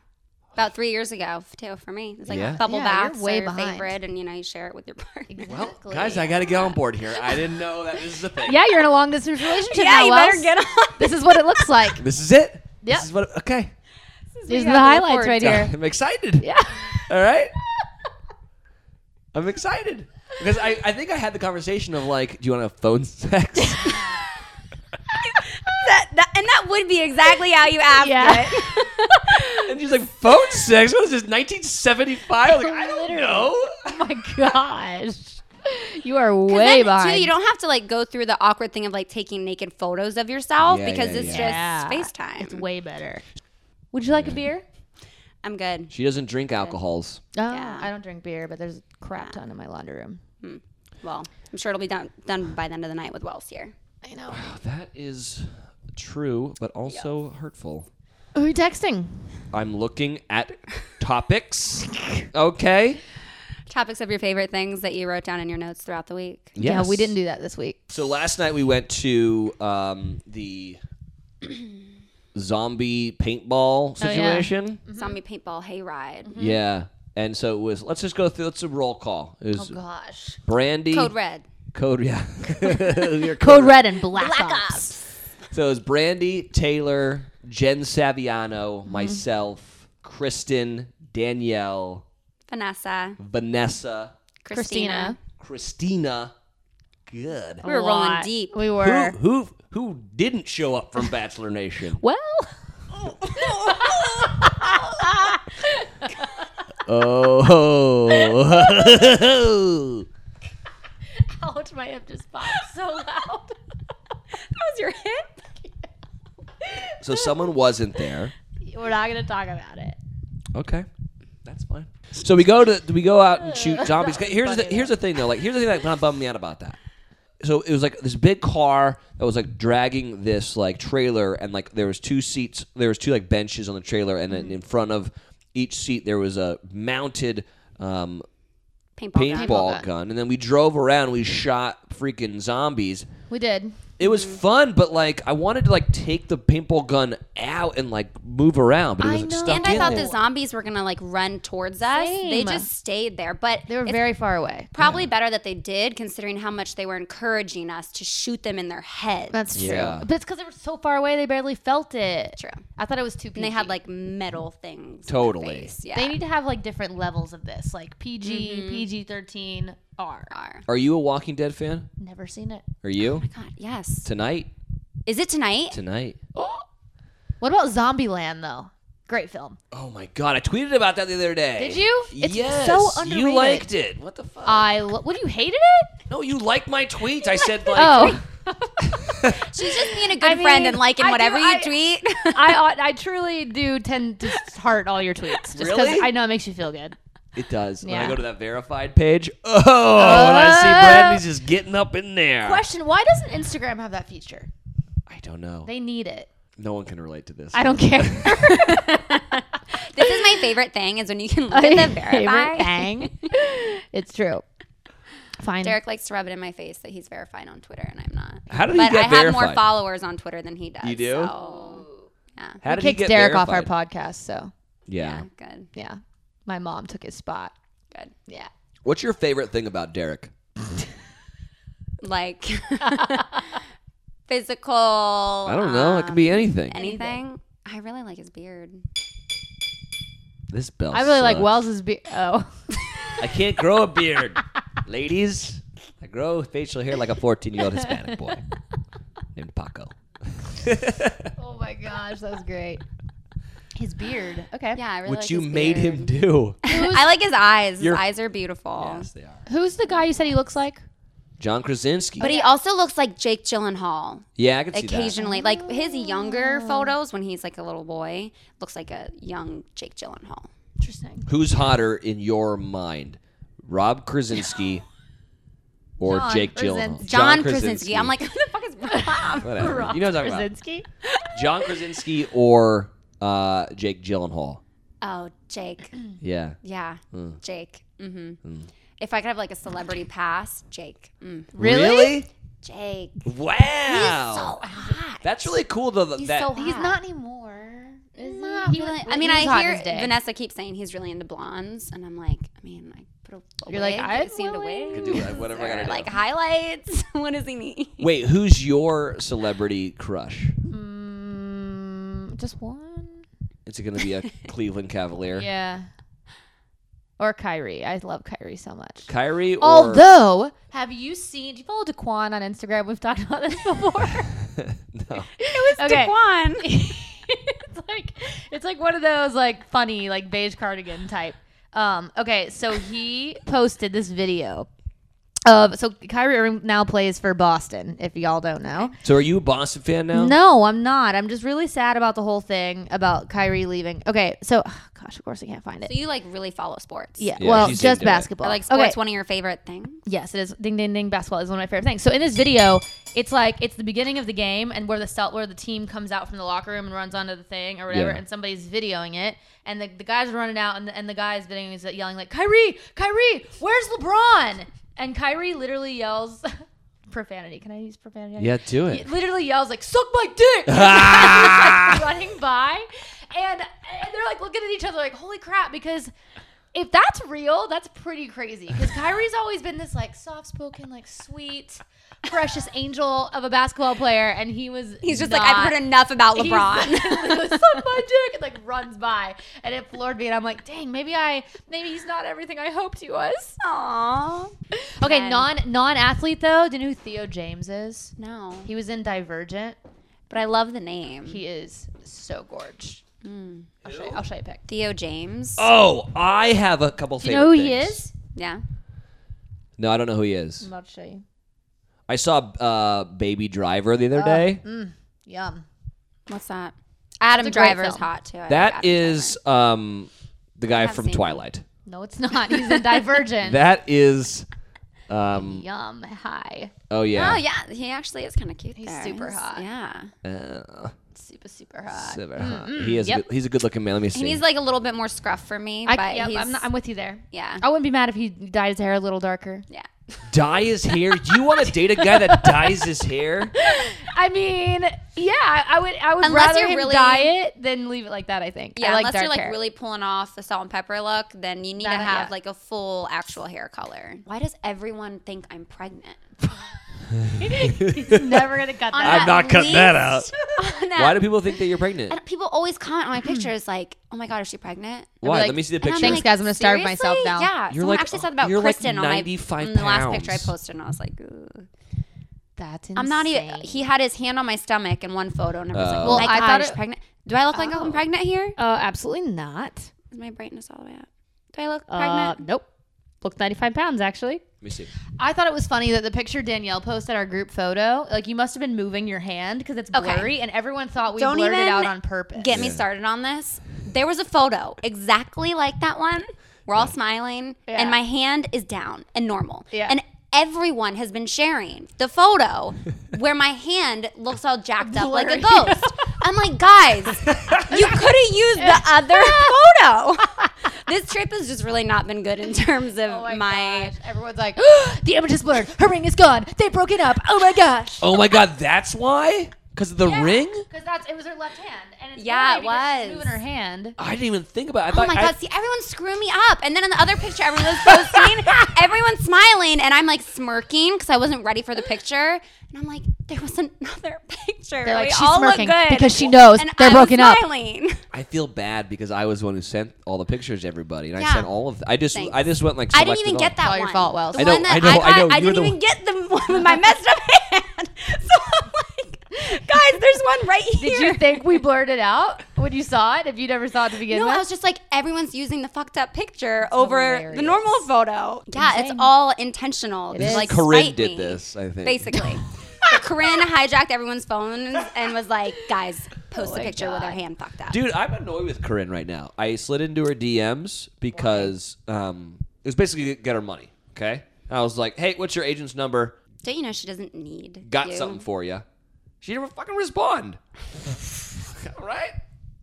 Speaker 5: About three years ago, too, for me. It's like
Speaker 1: Yeah.
Speaker 5: bubble
Speaker 6: Yeah, you're
Speaker 5: baths
Speaker 6: way
Speaker 5: are your
Speaker 6: behind.
Speaker 5: favorite, and you know, you share it with your partner.
Speaker 1: Well, guys, I got to get on board here. I didn't know that this is a thing.
Speaker 6: Yeah, you're in a long distance relationship
Speaker 5: Yeah,
Speaker 6: now.
Speaker 5: you
Speaker 6: Wells.
Speaker 5: better get on.
Speaker 6: This is what it looks like.
Speaker 1: This is it.
Speaker 6: Yeah.
Speaker 1: This is what. Okay.
Speaker 6: These
Speaker 5: you have to
Speaker 6: are the
Speaker 5: look
Speaker 6: highlights
Speaker 5: forward
Speaker 6: right
Speaker 5: to.
Speaker 6: here.
Speaker 1: I'm excited.
Speaker 6: Yeah.
Speaker 1: All right. I'm excited because I, I think I had the conversation of like, do you want to have phone sex?
Speaker 5: That, that, and that would be exactly how you asked
Speaker 6: Yeah.
Speaker 5: it.
Speaker 1: and she's like, phone sex? What is this? 1975? I was like, I don't
Speaker 6: Literally.
Speaker 1: know.
Speaker 6: Oh my gosh. You are
Speaker 5: 'Cause
Speaker 6: way
Speaker 5: then,
Speaker 6: behind.
Speaker 5: Too, you don't have to like go through the awkward thing of like taking naked photos of yourself
Speaker 1: Yeah,
Speaker 5: because
Speaker 1: yeah,
Speaker 5: it's
Speaker 6: yeah.
Speaker 5: just FaceTime.
Speaker 6: it's way better. Would you like a beer?
Speaker 5: I'm good.
Speaker 1: She doesn't drink alcohols.
Speaker 6: Oh,
Speaker 5: Yeah.
Speaker 6: I don't drink beer, but there's a crap ton in my laundry room.
Speaker 5: Well, I'm sure it'll be done done by the end of the night with Wells here.
Speaker 6: I know.
Speaker 1: That is true, but also hurtful.
Speaker 6: Who are you texting?
Speaker 1: I'm looking at topics. Okay.
Speaker 5: Topics of your favorite things that you wrote down in your notes throughout the week.
Speaker 6: Yeah, we didn't do that this week.
Speaker 1: So last night we went to um, the zombie paintball
Speaker 6: yeah.
Speaker 1: situation.
Speaker 6: Mm-hmm.
Speaker 5: Zombie paintball hayride.
Speaker 1: Yeah. And so it was, let's just go through, let's do a roll call. It was
Speaker 6: Gosh.
Speaker 1: Brandy,
Speaker 5: Code red.
Speaker 1: Code, yeah. Your
Speaker 6: Code Red and Black, Ops.
Speaker 1: So it was Brandy, Taylor, Jen Saviano, myself, Kristen, Danielle,
Speaker 5: Vanessa,
Speaker 1: Vanessa,
Speaker 5: Christina.
Speaker 1: Christina. Good.
Speaker 5: We were rolling deep.
Speaker 6: We were.
Speaker 1: Who who who didn't show up from Bachelor Nation?
Speaker 6: Well,
Speaker 1: oh.
Speaker 2: Ouch, my hip just popped so loud.
Speaker 5: That was your hip.
Speaker 1: so someone wasn't there.
Speaker 6: we're not gonna talk about it.
Speaker 1: Okay, that's fine. So we go to we go out and shoot zombies. Here's the here's the thing though. Like here's the thing that kind of bummed me out about that. So it was like this big car that was like dragging this like trailer, and like there was two seats, there was two like benches on the trailer, and then in front of each seat there was a mounted um,
Speaker 5: Paintball. gun.
Speaker 1: paintball gun.
Speaker 6: gun.
Speaker 1: and then we drove around. We shot freaking zombies.
Speaker 6: We did.
Speaker 1: It was
Speaker 6: Mm.
Speaker 1: fun, but like I wanted to like take the paintball gun out and like move around, but it was like,
Speaker 6: know.
Speaker 1: stuck
Speaker 5: And I
Speaker 1: in
Speaker 5: thought
Speaker 1: there.
Speaker 5: the zombies were gonna like run towards us. They
Speaker 6: Same.
Speaker 5: just stayed there, but
Speaker 6: They were
Speaker 5: it's
Speaker 6: very far away.
Speaker 5: probably better that they did, considering how much they were encouraging us to shoot them in their heads.
Speaker 6: That's true.
Speaker 1: Yeah.
Speaker 6: But it's because they were so far away, they barely felt it.
Speaker 5: True.
Speaker 6: I thought it was too. PG.
Speaker 5: and they had like metal things. in their
Speaker 1: Totally.
Speaker 5: face. Yeah.
Speaker 6: They need to have like different levels of this, like PG, PG thirteen, R.
Speaker 5: are.
Speaker 1: Are you a Walking Dead fan?
Speaker 6: Never seen it.
Speaker 1: Are you?
Speaker 5: God, yes.
Speaker 1: Tonight?
Speaker 5: Is it tonight?
Speaker 1: Tonight.
Speaker 6: What about Zombieland though? Great film.
Speaker 1: Oh my god, I tweeted about that the other day.
Speaker 6: Did you? It's
Speaker 1: Eh, yes.
Speaker 6: so underrated.
Speaker 1: You liked it. What the fuck?
Speaker 6: I lo- what you hated it?
Speaker 1: no, you liked my tweet. I said like
Speaker 6: Oh,
Speaker 5: She's just being a good
Speaker 6: mean,
Speaker 5: friend and liking
Speaker 6: I do-
Speaker 5: whatever
Speaker 6: I-
Speaker 5: you tweet.
Speaker 6: I ought- I truly do tend to heart all your tweets just because
Speaker 1: Really?
Speaker 6: I know it makes you feel good.
Speaker 1: it does. When I
Speaker 6: Yeah. Oh.
Speaker 1: go to that verified page, oh, and I see Brandy's just getting up in there.
Speaker 6: Question: Why doesn't Instagram have that feature?
Speaker 1: I don't know.
Speaker 6: They need it.
Speaker 1: no one can relate to this.
Speaker 6: I don't care.
Speaker 5: this is my favorite thing is when you can look at the
Speaker 6: Favorite
Speaker 5: verify.
Speaker 6: thing. It's true. Fine.
Speaker 5: Derek likes to rub it in my face that he's verified on Twitter and I'm not.
Speaker 1: How did he
Speaker 5: But I
Speaker 1: get
Speaker 5: have more
Speaker 1: verified?
Speaker 5: followers on Twitter than he does.
Speaker 1: You do?
Speaker 5: So, yeah.
Speaker 1: How did he
Speaker 6: kicked
Speaker 1: get
Speaker 6: Derek off our
Speaker 1: verified?
Speaker 6: podcast, so
Speaker 1: Yeah.
Speaker 5: Good.
Speaker 6: yeah. My mom took his spot.
Speaker 5: Good.
Speaker 6: Yeah.
Speaker 1: What's your favorite thing about Derek?
Speaker 5: Like physical. um,
Speaker 1: I don't know. it could be anything.
Speaker 5: anything. I really like his beard.
Speaker 1: this bell.
Speaker 6: I really like
Speaker 1: sucks.
Speaker 6: Wells's be oh.
Speaker 1: I can't grow a beard. Ladies, I grow facial hair like a 14 year old Hispanic boy named Paco.
Speaker 6: oh my gosh, that was great. His beard. Okay.
Speaker 5: Yeah, I really
Speaker 1: Which
Speaker 5: like
Speaker 1: you
Speaker 5: his
Speaker 1: made
Speaker 5: beard.
Speaker 1: him do.
Speaker 5: I like his eyes. His
Speaker 1: Your-
Speaker 5: eyes are beautiful.
Speaker 1: they are.
Speaker 6: Who's the guy you said he looks like?
Speaker 1: John Krasinski.
Speaker 5: But he also looks like Jake Gyllenhaal
Speaker 1: yeah, I can see that.
Speaker 5: occasionally. Like his younger photos when he's like a little boy looks like a young Jake Gyllenhaal.
Speaker 6: Interesting.
Speaker 1: Who's hotter in your mind, Rob Krasinski or
Speaker 6: John
Speaker 1: Jake
Speaker 6: Krasinski.
Speaker 1: Gyllenhaal?
Speaker 5: John, Krasinski. I'm like, who the fuck is Rob?
Speaker 1: Whatever. you know what I'm talking about.
Speaker 6: Krasinski?
Speaker 1: John Krasinski or uh, Jake Gyllenhaal.
Speaker 5: oh, Jake.
Speaker 1: Yeah.
Speaker 5: Yeah, Jake. hmm If I could have like a celebrity pass, Jake. Mm.
Speaker 6: Really?
Speaker 5: Jake.
Speaker 1: Wow.
Speaker 5: So hot.
Speaker 1: That's really cool though. That,
Speaker 5: He's
Speaker 1: that
Speaker 5: so hot.
Speaker 6: He's not anymore. Is
Speaker 5: He really, I mean,
Speaker 6: he was
Speaker 5: I
Speaker 6: hot in
Speaker 5: hear
Speaker 6: his day.
Speaker 5: Vanessa keeps saying he's really into blondes, and I'm like, I mean, I put a, a
Speaker 6: You're like,
Speaker 5: wig,
Speaker 6: I'm
Speaker 5: it seemed a
Speaker 6: willing.
Speaker 5: wig,
Speaker 1: Could do like whatever I
Speaker 5: or,
Speaker 1: gotta do.
Speaker 5: like highlights. what does he need?
Speaker 1: Wait, who's your celebrity crush?
Speaker 6: Mm, just one?
Speaker 1: Is it going to be a Cleveland Cavalier?
Speaker 6: Yeah. Or Kyrie. I love Kyrie so much.
Speaker 1: Kyrie or
Speaker 6: Although, have you seen? Do you follow Daquan on Instagram? We've talked about this before.
Speaker 1: no.
Speaker 5: It was
Speaker 6: Okay.
Speaker 5: Daquan.
Speaker 6: it's like it's like one of those like funny like beige cardigan type. Um, okay, so he posted this video of so Kyrie Irving now plays for Boston. If y'all don't know,
Speaker 1: So are you a Boston fan now?
Speaker 6: no, I'm not. I'm just really sad about the whole thing about Kyrie leaving. Okay, so gosh, of course I can't find it.
Speaker 5: So you like really follow sports?
Speaker 6: yeah,
Speaker 1: Yeah,
Speaker 6: well,
Speaker 1: she's
Speaker 6: just
Speaker 1: into it.
Speaker 6: basketball.
Speaker 5: Are like sports
Speaker 6: Okay.
Speaker 5: one of your favorite things?
Speaker 6: Yes, it is. Ding ding ding! Basketball is one of my favorite things. So in this video, it's like it's the beginning of the game, and where the cell, where the team comes out from the locker room and runs onto the thing or whatever,
Speaker 1: Yeah.
Speaker 6: and somebody's videoing it, and the, the guys are running out, and the, and the guys videoing is yelling like Kyrie, Kyrie, where's LeBron? And Kyrie literally yells profanity. Can I use profanity?
Speaker 1: Yeah, do it.
Speaker 6: He literally yells like "suck my dick,"
Speaker 1: Ah!
Speaker 6: like, running by, and, and they're like looking at each other like "holy crap" because
Speaker 2: if that's real, that's pretty crazy. Because Kyrie's always been this like soft spoken, like sweet, precious angel of a basketball player, and he was
Speaker 5: He's just like, I've heard enough about LeBron.
Speaker 2: He's on my dick and like runs by, and it floored me. And I'm like, dang, maybe I, maybe he's not everything I hoped he was.
Speaker 5: Aww.
Speaker 6: Okay,
Speaker 5: Ken.
Speaker 6: non non athlete though. Do you know who Theo James is?
Speaker 5: No.
Speaker 6: He was in Divergent.
Speaker 5: But I love the name.
Speaker 6: He is so gorgeous. I'll, show you, I'll show you a pic.
Speaker 5: Theo James.
Speaker 1: Oh, I have a couple
Speaker 6: Do
Speaker 1: favorite
Speaker 6: you know who he
Speaker 1: things.
Speaker 6: is?
Speaker 5: Yeah.
Speaker 1: No, I don't know who he is.
Speaker 6: I'm about to show you.
Speaker 1: I saw uh, Baby Driver the other
Speaker 5: Oh,
Speaker 1: day.
Speaker 5: mm,
Speaker 6: Yum.
Speaker 5: What's that? Adam
Speaker 6: It's a great
Speaker 5: Driver is
Speaker 6: film.
Speaker 5: hot too. I love
Speaker 1: That
Speaker 5: Adam
Speaker 1: is um, the guy
Speaker 5: have
Speaker 1: from
Speaker 5: seen him.
Speaker 1: Twilight.
Speaker 6: No, it's not. He's in Divergent.
Speaker 1: That is. Um,
Speaker 6: Yum. Hi.
Speaker 1: oh
Speaker 5: Driver.
Speaker 1: yeah.
Speaker 5: Oh yeah, he actually is kind of cute.
Speaker 6: He's
Speaker 5: there.
Speaker 6: super hot.
Speaker 5: Yeah,
Speaker 1: Uh,
Speaker 6: Super super hot.
Speaker 1: Silver, huh? He is. a
Speaker 6: Yep.
Speaker 1: good, he's a good-looking man. Let me see.
Speaker 5: Mm, and he's like a little bit more scruff for me, but
Speaker 6: I, yep,
Speaker 5: he's
Speaker 6: I'm, not, I'm with you there.
Speaker 5: yeah,
Speaker 6: I wouldn't be mad if he dyed his hair a little darker.
Speaker 5: yeah.
Speaker 1: dye his hair. You want to date a guy that dyes his hair?
Speaker 6: I mean, yeah, I I would. I would
Speaker 5: Unless
Speaker 6: rather
Speaker 5: you're
Speaker 6: him
Speaker 5: really-
Speaker 6: dye it than leave it like that. I think.
Speaker 5: Yeah,
Speaker 6: I like
Speaker 5: unless you're
Speaker 6: dark
Speaker 5: like
Speaker 6: hair.
Speaker 5: really pulling off the salt and pepper look, then you need
Speaker 6: That-
Speaker 5: to have
Speaker 6: yeah.
Speaker 5: like a full actual hair color. Why does everyone think I'm pregnant?
Speaker 6: He's never gonna cut that.
Speaker 1: I'm
Speaker 5: at
Speaker 1: not cutting that
Speaker 5: least- on that-
Speaker 1: Why do people think that you're pregnant?
Speaker 5: and people always comment on my pictures like, "Oh my god, is she pregnant?" And
Speaker 1: Why?
Speaker 5: we're
Speaker 1: Let me see the
Speaker 5: and I'm
Speaker 1: picture.
Speaker 6: Thanks, guys. I'm gonna starve myself
Speaker 5: "Seriously?"
Speaker 6: now.
Speaker 5: Yeah,
Speaker 1: You're
Speaker 5: someone
Speaker 1: like-
Speaker 5: actually said about
Speaker 1: you're like
Speaker 5: Kristen on my
Speaker 1: 95
Speaker 5: on the last picture I
Speaker 1: pounds.
Speaker 5: posted, and I was like, "Ooh."
Speaker 6: That's insane.
Speaker 5: I'm not even. He had his hand on my stomach in one photo, and I was like,
Speaker 1: Oh.
Speaker 5: "Oh
Speaker 1: Well,
Speaker 5: my
Speaker 6: I
Speaker 5: god,
Speaker 6: thought
Speaker 5: is she
Speaker 6: it-
Speaker 5: pregnant? Do I look like I'm pregnant here?
Speaker 6: Uh, absolutely not.
Speaker 5: Is my brightness all the way up? Do I look
Speaker 6: Uh,
Speaker 5: pregnant?
Speaker 6: nope. Looked 95 pounds actually.
Speaker 1: Let me see.
Speaker 6: I thought it was funny that the picture Danielle posted our group photo, like you must have been moving your hand because it's
Speaker 5: Okay.
Speaker 6: blurry, and everyone thought we
Speaker 5: Don't
Speaker 6: blurred it
Speaker 5: even
Speaker 6: out on purpose.
Speaker 5: Get me started on this. There was a photo exactly like that one. We're all smiling,
Speaker 6: Yeah.
Speaker 5: and my hand is down and normal.
Speaker 6: Yeah.
Speaker 5: And everyone has been sharing the photo where my hand looks all jacked up like a
Speaker 6: Blurry.
Speaker 5: ghost. I'm like, guys, you could have used the other photo. This trip has just really not been good in terms of
Speaker 6: Oh my,
Speaker 5: my
Speaker 6: gosh. everyone's like, the image is blurred. Her ring is gone. They broke it up. Oh my gosh.
Speaker 1: Oh my god, that's why? Because of the ring?
Speaker 6: Because that's it was her left hand, and it's
Speaker 5: Yeah,
Speaker 6: blurry
Speaker 5: it
Speaker 6: because she's
Speaker 5: was.
Speaker 6: moving her hand.
Speaker 1: I didn't even think about. It. I
Speaker 5: Oh
Speaker 1: thought
Speaker 5: my
Speaker 1: I-
Speaker 5: god! See, everyone screw me up, and then in the other picture, everyone was posting, everyone's smiling, and I'm like smirking because I wasn't ready for the picture, and I'm like, there was another picture.
Speaker 6: They're like,
Speaker 5: we
Speaker 6: "She's
Speaker 5: all look
Speaker 6: smirking
Speaker 5: good
Speaker 6: because she knows
Speaker 5: and
Speaker 6: they're
Speaker 5: I'm
Speaker 6: broken up."
Speaker 5: Smiling.
Speaker 1: I feel bad because I was the one who sent all the pictures to everybody, and I
Speaker 5: Yeah.
Speaker 1: sent all of. I just,
Speaker 5: Thanks.
Speaker 1: I just went like.
Speaker 5: I didn't
Speaker 1: selected
Speaker 5: even
Speaker 1: all.
Speaker 5: get that
Speaker 6: all
Speaker 5: one.
Speaker 6: your fault, Wells.
Speaker 5: The
Speaker 1: I know,
Speaker 5: one that
Speaker 1: I know,
Speaker 5: I,
Speaker 1: I know.
Speaker 5: I
Speaker 1: You're
Speaker 5: didn't
Speaker 1: the
Speaker 5: even
Speaker 1: one-
Speaker 5: get the one with my messed up hand. So I'm like, guys, there's one right here.
Speaker 6: Did you think we blurred it out when you saw it? If you never saw it to begin
Speaker 5: No,
Speaker 6: with,
Speaker 5: I was just like everyone's using the fucked up picture over
Speaker 6: hilarious.
Speaker 5: the normal photo. Yeah,
Speaker 6: Insane.
Speaker 5: it's all intentional. to,
Speaker 6: is.
Speaker 5: Like
Speaker 1: Corinne
Speaker 5: spite
Speaker 1: did
Speaker 5: me,
Speaker 1: this, I think.
Speaker 5: Basically, Corinne hijacked everyone's phones and was like, "Guys, post
Speaker 1: Oh
Speaker 5: the picture with her hand fucked up."
Speaker 1: Dude, I'm annoyed with Corinne right now. I slid into her DMs because um, it was basically to get her money. Okay, and I was like, "Hey, what's your agent's number?
Speaker 5: Don't you know she doesn't need
Speaker 1: Got
Speaker 5: you?
Speaker 1: something for you." She didn't fucking respond. All right,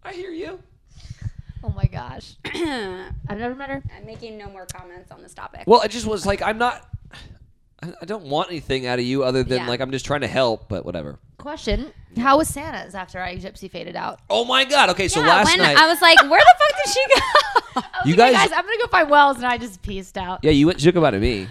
Speaker 1: I hear you.
Speaker 6: oh my gosh, I've never met her.
Speaker 5: I'm making no more comments on this topic.
Speaker 1: Well, it just was like I'm not. I I don't want anything out of you other than
Speaker 5: Yeah.
Speaker 1: like I'm just trying to help, but whatever.
Speaker 6: Question: How was Santa's after I gypsy faded out?
Speaker 1: Oh my god! Okay, so
Speaker 5: Yeah,
Speaker 1: last
Speaker 5: when
Speaker 1: night
Speaker 5: I was like, "Where the fuck did she go?"
Speaker 1: you
Speaker 6: Okay,
Speaker 1: guys,
Speaker 6: guys, I'm gonna go find Wells, and I just pieced out.
Speaker 1: yeah, you went shook about at me.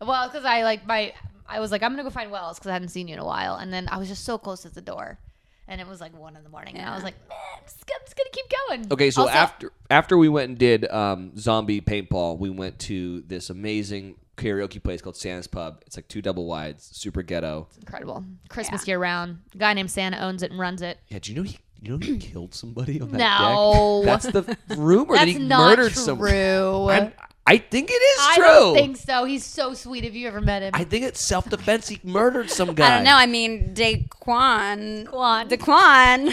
Speaker 6: Well, because I like my, I was like, I'm gonna go find Wells because I hadn't seen you in a while, and then I was just so close at the door, and it was like one in the morning, and I was like, "Meh, I'm just, I'm just gonna keep going.
Speaker 1: Okay, so
Speaker 6: Also-
Speaker 1: after after we went and did um, zombie paintball, we went to this amazing karaoke place called Santa's Pub. It's like two double wides, super ghetto.
Speaker 6: incredible Christmas year round. A guy named Santa owns it and runs it.
Speaker 1: Yeah, do you know he you know he killed somebody on that
Speaker 6: No.
Speaker 1: deck? That's the rumor that
Speaker 6: That's
Speaker 1: he
Speaker 6: not
Speaker 1: murdered
Speaker 6: true.
Speaker 1: someone. I'm- I think it is
Speaker 6: I
Speaker 1: true.
Speaker 6: don't think so. He's so sweet. If you ever met him,
Speaker 1: I think it's self defense. He murdered some guy.
Speaker 5: I don't know. I mean, Daquan, Daquan.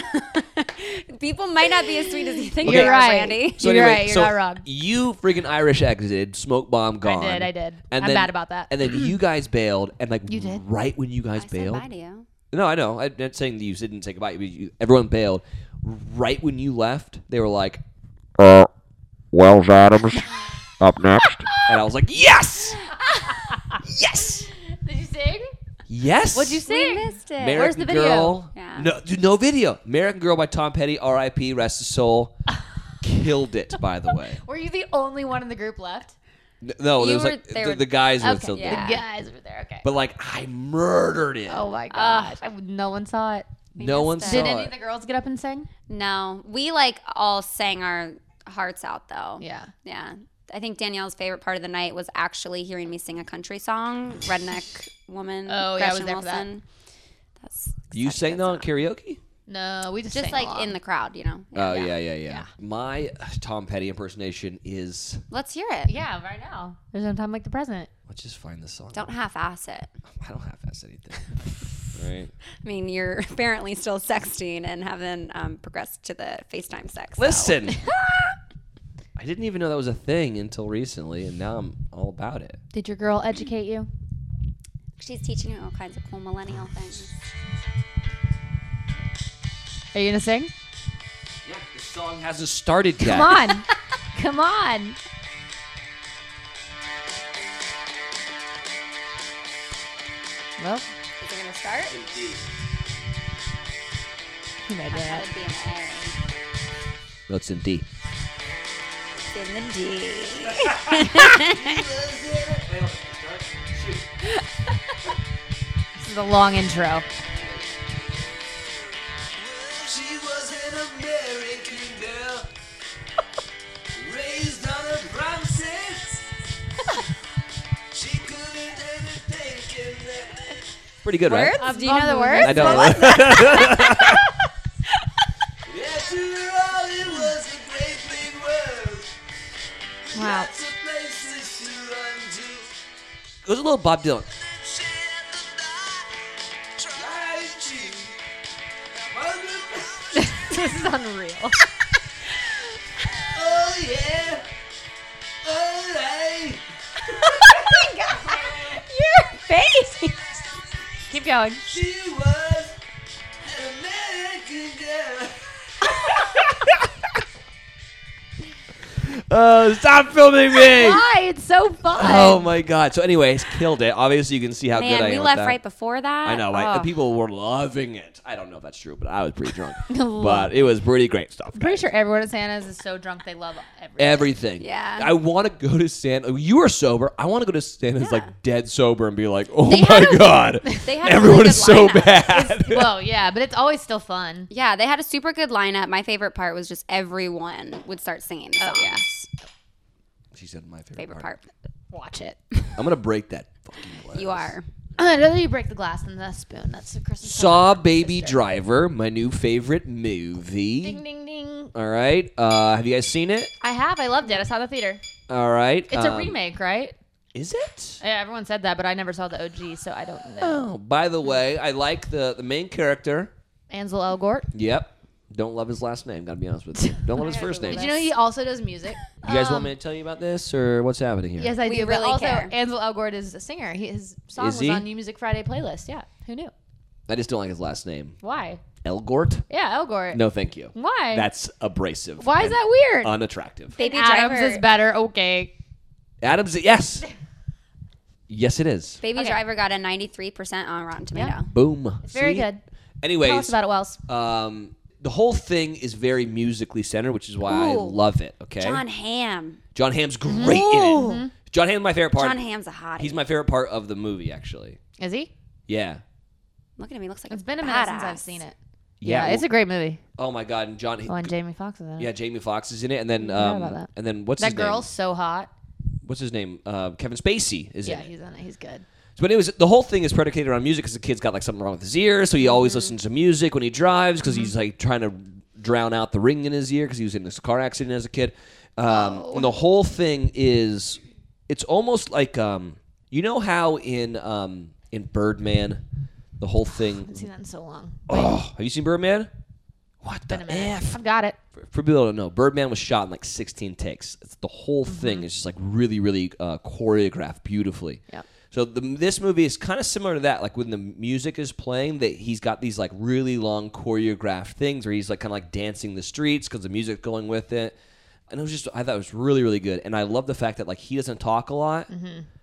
Speaker 5: People might not be as sweet as you think.
Speaker 6: you're
Speaker 5: they are,
Speaker 6: right.
Speaker 5: Randy.
Speaker 1: So
Speaker 6: you're
Speaker 1: anyway,
Speaker 6: right. You're
Speaker 1: so
Speaker 6: not wrong.
Speaker 1: You freaking Irish exited, smoke bomb gone.
Speaker 6: did, I did. I'm mad about that.
Speaker 1: And then you guys bailed, and like
Speaker 6: You did?
Speaker 1: right when you guys
Speaker 5: I said
Speaker 1: bailed,
Speaker 5: bye to you.
Speaker 1: No, I know. I'm not saying that you didn't say goodbye. but You, everyone bailed. Right when you left, they were like,
Speaker 8: Uh, Wells Adams up next.
Speaker 1: and I was like, yes, yes,
Speaker 6: Did you sing?
Speaker 1: yes.
Speaker 6: What'd you sing?
Speaker 5: it.
Speaker 1: American
Speaker 6: Where's the video?
Speaker 1: Girl.
Speaker 5: Yeah.
Speaker 1: No, dude, no video. American Girl by Tom Petty, R.I.P. Rest his soul. killed it, by the way.
Speaker 2: Were you the only one in the group left?
Speaker 1: N- No,
Speaker 5: You
Speaker 1: there was
Speaker 5: were-
Speaker 1: like
Speaker 5: they
Speaker 1: the,
Speaker 5: were-
Speaker 1: the guys were
Speaker 5: Okay,
Speaker 1: still
Speaker 5: yeah.
Speaker 2: The guys over there. Okay.
Speaker 1: But like, I murdered it.
Speaker 2: oh my gosh, I, no one saw it.
Speaker 1: no one
Speaker 5: missed
Speaker 1: saw
Speaker 5: it.
Speaker 2: Did any
Speaker 1: it.
Speaker 2: of the girls get up and sing?
Speaker 5: No, we like all sang our hearts out though.
Speaker 2: Yeah.
Speaker 5: Yeah. I think Danielle's favorite part of the night was actually hearing me sing a country song, Redneck Woman.
Speaker 6: Oh, yeah, I was
Speaker 5: Gretchen
Speaker 6: there for that.
Speaker 5: Wilson. That's
Speaker 1: you sang that on karaoke?
Speaker 6: No, we just
Speaker 5: just
Speaker 6: sang
Speaker 5: like
Speaker 6: along.
Speaker 5: in the crowd, you know.
Speaker 1: Oh yeah, yeah, yeah. My uh, Tom Petty impersonation is.
Speaker 5: Let's hear it.
Speaker 2: Yeah, right now.
Speaker 6: There's no time like the present.
Speaker 1: Let's just find the song.
Speaker 5: Don't half ass it.
Speaker 1: I don't have ass anything. right.
Speaker 5: I mean, you're apparently still sexting and haven't um, progressed to the FaceTime sex. so-
Speaker 1: Listen. I didn't even know that was a thing until recently, and now I'm all about it.
Speaker 6: Did your girl educate you?
Speaker 5: She's teaching you all kinds of cool millennial things.
Speaker 6: Are you gonna sing?
Speaker 1: Yeah, the song hasn't started yet.
Speaker 6: Come on, come on. Well,
Speaker 5: Is it going to start?
Speaker 6: you made
Speaker 5: That
Speaker 6: it.
Speaker 5: would be an A.
Speaker 1: No, it's in D.
Speaker 5: It's in the D.
Speaker 6: This is a long intro.
Speaker 9: She was an American girl, raised on a promises. she couldn't ever think in that.
Speaker 1: Pretty good,
Speaker 5: Words?
Speaker 1: right?
Speaker 5: Do you know the
Speaker 6: I'm-
Speaker 5: words?
Speaker 1: I don't know.
Speaker 9: After all, it was a great big world.
Speaker 6: Wow.
Speaker 9: Lots of places to run to.
Speaker 1: It was a little Bob Dylan.
Speaker 9: She had to die, try to cheat. Wonderful.
Speaker 6: this is unreal.
Speaker 9: Oh yeah. Oh hey.
Speaker 6: Keep going.
Speaker 9: She was an American girl.
Speaker 1: Oh, stop filming me!
Speaker 6: Hi, it's so fun.
Speaker 1: Oh my god. So, anyways, killed it. Obviously, you can see how good I
Speaker 5: Man,
Speaker 1: am.
Speaker 5: we
Speaker 1: at
Speaker 5: left
Speaker 1: that.
Speaker 5: right before that.
Speaker 1: I know. I,
Speaker 6: Oh.
Speaker 1: people were loving it. I don't know if that's true, but I was pretty drunk. but it was pretty great stuff.
Speaker 6: Pretty sure everyone at Santa's is so drunk they love everything.
Speaker 1: Everything.
Speaker 5: Yeah.
Speaker 1: I want to go to Santa. You are sober. I want to go to Santa's like dead sober and be like, oh
Speaker 5: They
Speaker 1: my
Speaker 5: had a-
Speaker 1: god,
Speaker 5: They had a
Speaker 1: everyone
Speaker 5: really
Speaker 1: is
Speaker 5: good
Speaker 1: so
Speaker 5: lineup.
Speaker 1: bad.
Speaker 6: Well, yeah, but it's always still fun.
Speaker 5: Yeah, they had a super good lineup. My favorite part was just everyone would start singing. Oh yes,
Speaker 1: she said my favorite,
Speaker 5: favorite part.
Speaker 6: Watch it.
Speaker 1: I'm gonna break that fucking glass.
Speaker 5: You are.
Speaker 6: I'd rather you break the glass than the spoon. That's the Christmas.
Speaker 1: Saw Baby Driver, my new favorite movie.
Speaker 6: Ding ding ding.
Speaker 1: All right. Uh, have you guys seen it?
Speaker 6: I have. I loved it. I saw the theater.
Speaker 1: All right.
Speaker 6: It's a
Speaker 1: um,
Speaker 6: remake, right?
Speaker 1: Is it?
Speaker 6: Yeah, everyone said that, but I never saw the OG, so I don't know.
Speaker 1: Oh, by the way, I like the the main character.
Speaker 6: Ansel Elgort.
Speaker 1: Yep. Don't love his last name. Gotta be honest with you. Don't love his first name.
Speaker 6: Did
Speaker 1: You
Speaker 6: you know he also does music? Um,
Speaker 1: guys want me to tell you about this or what's happening here?
Speaker 6: Yes, I
Speaker 5: We
Speaker 6: do.
Speaker 5: really
Speaker 6: but also,
Speaker 5: care.
Speaker 6: Ansel Elgort is a singer. He, his song
Speaker 1: Is
Speaker 6: was
Speaker 1: he?
Speaker 6: on New Music Friday playlist. Yeah, who knew?
Speaker 1: I just don't like his last name.
Speaker 6: Why?
Speaker 1: Elgort?
Speaker 6: Yeah, Elgort.
Speaker 1: No, thank you.
Speaker 6: Why?
Speaker 1: That's Uh, abrasive.
Speaker 6: Why is
Speaker 1: and
Speaker 6: that weird?
Speaker 1: Unattractive.
Speaker 5: Baby
Speaker 6: Adams
Speaker 5: Driver.
Speaker 6: is better. Okay.
Speaker 1: Adams, yes. yes, it is.
Speaker 5: Baby Driver got a 93% on Rotten Tomato.
Speaker 1: Boom.
Speaker 6: Very
Speaker 1: See?
Speaker 6: good. Tell us
Speaker 1: Anyways,
Speaker 6: about it, Wells.
Speaker 1: um, the whole thing is very musically centered, which is why I
Speaker 5: Ooh.
Speaker 1: love it. Okay.
Speaker 5: John Hamm.
Speaker 1: John Hamm's great in it. John Hamm's my favorite part.
Speaker 5: John Hamm's a hottie.
Speaker 1: He's my favorite part of the movie, actually.
Speaker 6: Is he?
Speaker 1: Yeah.
Speaker 5: Look at him. He looks like
Speaker 6: It's been a minute since I've seen it.
Speaker 1: Yeah.
Speaker 6: it's a great movie.
Speaker 1: oh my god, and John.
Speaker 6: Oh, and Jamie Foxx is in it.
Speaker 1: yeah, Jamie Foxx is in it, and then
Speaker 6: forgot
Speaker 1: um,
Speaker 6: about that.
Speaker 1: and then what's
Speaker 6: that
Speaker 1: his
Speaker 6: girl's
Speaker 1: name?
Speaker 6: so hot.
Speaker 1: What's his name? Uh, Kevin Spacey is in
Speaker 6: Yeah,
Speaker 1: it.
Speaker 6: he's in it. He's good.
Speaker 1: So, but it was the whole thing is predicated on music because the kid's got like something wrong with his ear, so he
Speaker 6: Mm-hmm.
Speaker 1: always listens to music when he drives because he's like trying to drown out the ring in his ear because he was in this car accident as a kid. Um,
Speaker 6: Oh.
Speaker 1: And the whole thing is, it's almost like um, you know how in um, in Birdman, the whole thing.
Speaker 6: I've seen that in so long.
Speaker 1: Oh, have you seen Birdman? What the f?
Speaker 6: I've got it.
Speaker 1: for people that don't know, Birdman was shot in like 16 takes. It's, the whole thing is just like really, really uh, choreographed beautifully.
Speaker 6: Yep.
Speaker 1: So the, this movie is kind of similar to that. Like when the music is playing, that he's got these like really long choreographed things where he's like kind of like dancing the streets because the music going with it. And it was just I thought it was really, really good. And I love the fact that like he doesn't talk a lot.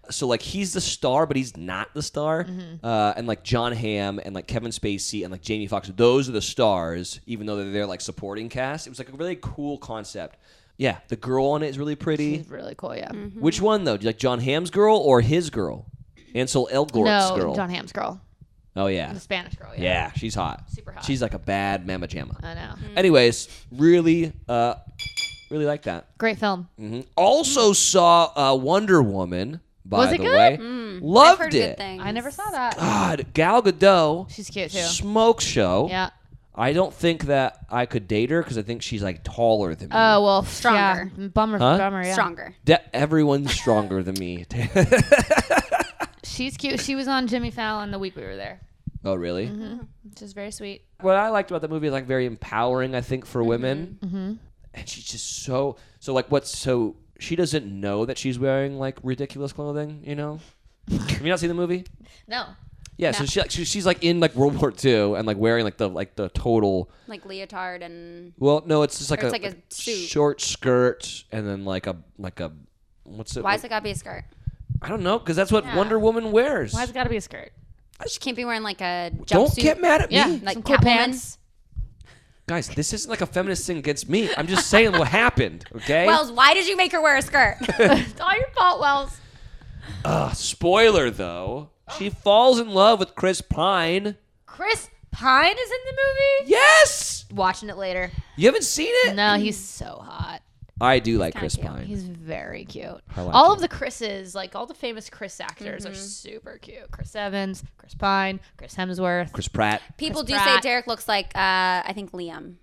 Speaker 1: So like he's the star, but he's not the star. Uh, and like John Hamm and like Kevin Spacey and like Jamie Foxx, those are the stars, even though they're, they're like supporting cast. It was like a really cool concept. Yeah, the girl on it is really pretty.
Speaker 6: She's really cool, yeah.
Speaker 1: Which one though? Do you like John Hamm's girl or his girl? Ansel Elgort's
Speaker 6: No,
Speaker 1: girl.
Speaker 6: John Hamm's girl,
Speaker 1: oh yeah.
Speaker 6: the Spanish girl. Yeah,
Speaker 1: Yeah, she's hot.
Speaker 6: Super hot. Mm-hmm.
Speaker 1: She's like a bad mama jamma.
Speaker 6: I know.
Speaker 1: Anyways, really, uh, really like that.
Speaker 6: Great film.
Speaker 1: Mhm. Also saw uh, Wonder Woman. By
Speaker 6: Was it
Speaker 1: the
Speaker 6: good? Mm.
Speaker 1: way,
Speaker 5: Mm. I've
Speaker 1: loved
Speaker 5: heard good
Speaker 1: it.
Speaker 5: things.
Speaker 6: I never saw that.
Speaker 1: God, Gal Gadot,
Speaker 6: She's cute too.
Speaker 1: smoke show.
Speaker 6: Yeah.
Speaker 1: I don't think that I could date her because I think she's like taller than me.
Speaker 6: Oh well, stronger.
Speaker 5: Stronger.
Speaker 6: Bummer,
Speaker 1: Huh?
Speaker 6: bummer. Yeah.
Speaker 5: Stronger.
Speaker 1: De- everyone's stronger than me.
Speaker 6: She's cute. She was on Jimmy Fallon the week we were there,
Speaker 1: oh, really?
Speaker 6: Mm-hmm. which is very sweet.
Speaker 1: what I liked about the movie is like very empowering, I think, for women. Mm-hmm. And she's just so so like what's so she doesn't know that she's wearing like ridiculous clothing, you know. Have you not seen the movie?
Speaker 6: No.
Speaker 1: Yeah, so she like she, she's like in like World War II and like wearing like the like the total.
Speaker 5: Like leotard and
Speaker 1: Well, no, it's just like
Speaker 5: Or
Speaker 1: a,
Speaker 5: it's like a suit.
Speaker 1: short skirt and then like a like a what's it?
Speaker 5: why is it gotta be a skirt?
Speaker 1: I don't know because that's what Wonder Woman wears.
Speaker 6: Why's it got to be a skirt?
Speaker 5: She can't be wearing like a jumpsuit.
Speaker 1: don't get mad at me,
Speaker 6: Yeah.
Speaker 5: Like
Speaker 6: Some cool
Speaker 5: Catwoman.
Speaker 6: pants.
Speaker 1: guys. This isn't like a feminist thing against me. I'm just saying what happened. Okay.
Speaker 5: Wells, why did you make her wear a skirt?
Speaker 6: It's all your fault, Wells.
Speaker 1: Ah, Spoiler though, she falls in love with Chris Pine.
Speaker 6: Chris Pine is in the movie.
Speaker 1: Yes,
Speaker 6: Watching it later.
Speaker 1: you haven't seen it.
Speaker 6: No, he's so hot.
Speaker 1: I do like Chris Pine.
Speaker 6: He's very cute.
Speaker 1: like
Speaker 6: all of the Chris's, like all the famous Chris actors,
Speaker 5: Mm-hmm.
Speaker 6: are super cute. Chris Evans, Chris Pine, Chris Hemsworth.
Speaker 1: Chris Pratt.
Speaker 5: People
Speaker 6: Chris
Speaker 5: do say
Speaker 6: Pratt.
Speaker 5: Derek looks like uh, I think Liam,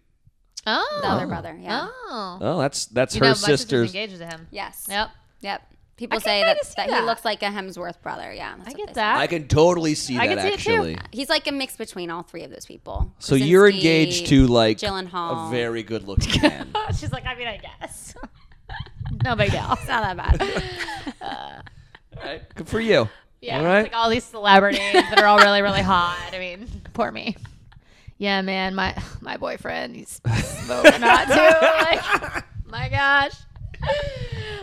Speaker 6: Oh,
Speaker 5: the other brother. Yeah.
Speaker 6: oh.
Speaker 1: Oh, that's that's
Speaker 6: You know,
Speaker 1: her
Speaker 6: my sister's
Speaker 1: sister's.
Speaker 6: engaged to him.
Speaker 5: Yes.
Speaker 6: Yep.
Speaker 5: Yep. People
Speaker 6: I can
Speaker 5: say
Speaker 6: kinda
Speaker 5: that,
Speaker 6: see
Speaker 5: that,
Speaker 6: that.
Speaker 5: he looks like a Hemsworth brother. Yeah. that's
Speaker 6: I
Speaker 5: what they
Speaker 6: get
Speaker 5: say.
Speaker 6: that.
Speaker 1: I can totally see
Speaker 6: I
Speaker 1: that
Speaker 6: can see it too.
Speaker 1: actually.
Speaker 5: He's like a mix between all three of those people.
Speaker 1: So you're
Speaker 5: Krasinski,
Speaker 1: engaged to like
Speaker 5: Gyllenhaal.
Speaker 1: a very good looking man.
Speaker 6: She's like, I mean, I guess. no big deal.
Speaker 5: It's not that bad.
Speaker 1: All right, good for you.
Speaker 6: Yeah,
Speaker 1: All
Speaker 6: it's
Speaker 1: right.
Speaker 6: like all these celebrities that are all really, really hot. I mean, poor me. Yeah, man, my my boyfriend, he's smoking hot too. Like, my gosh,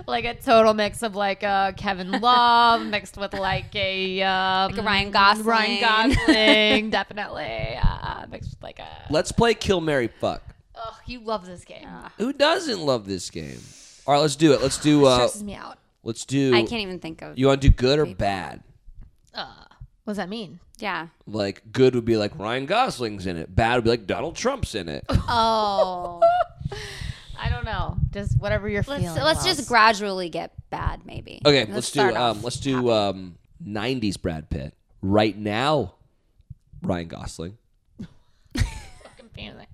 Speaker 6: like a total mix of like uh, Kevin Love mixed with like a um,
Speaker 5: a Ryan Gosling.
Speaker 6: Ryan Gosling, definitely uh, mixed with like a.
Speaker 1: Let's play Kill Mary Fuck.
Speaker 6: Oh, you love this game.
Speaker 1: Who doesn't love this game? All right, let's do it. Let's do. Uh,
Speaker 6: Stresses me out.
Speaker 1: let's do.
Speaker 5: I can't even think of.
Speaker 1: You want to do good or bad?
Speaker 6: What does that mean?
Speaker 5: yeah.
Speaker 1: Like good would be like Ryan Gosling's in it. Bad would be like Donald Trump's in it.
Speaker 5: Oh.
Speaker 6: I don't know. Just whatever you're
Speaker 5: let's
Speaker 6: feeling.
Speaker 5: let's just
Speaker 6: Wells.
Speaker 5: gradually get bad, maybe.
Speaker 1: Okay, let's, do
Speaker 5: start off
Speaker 1: um, let's do um, '90s Brad Pitt. Right now, Ryan Gosling.
Speaker 6: confusing.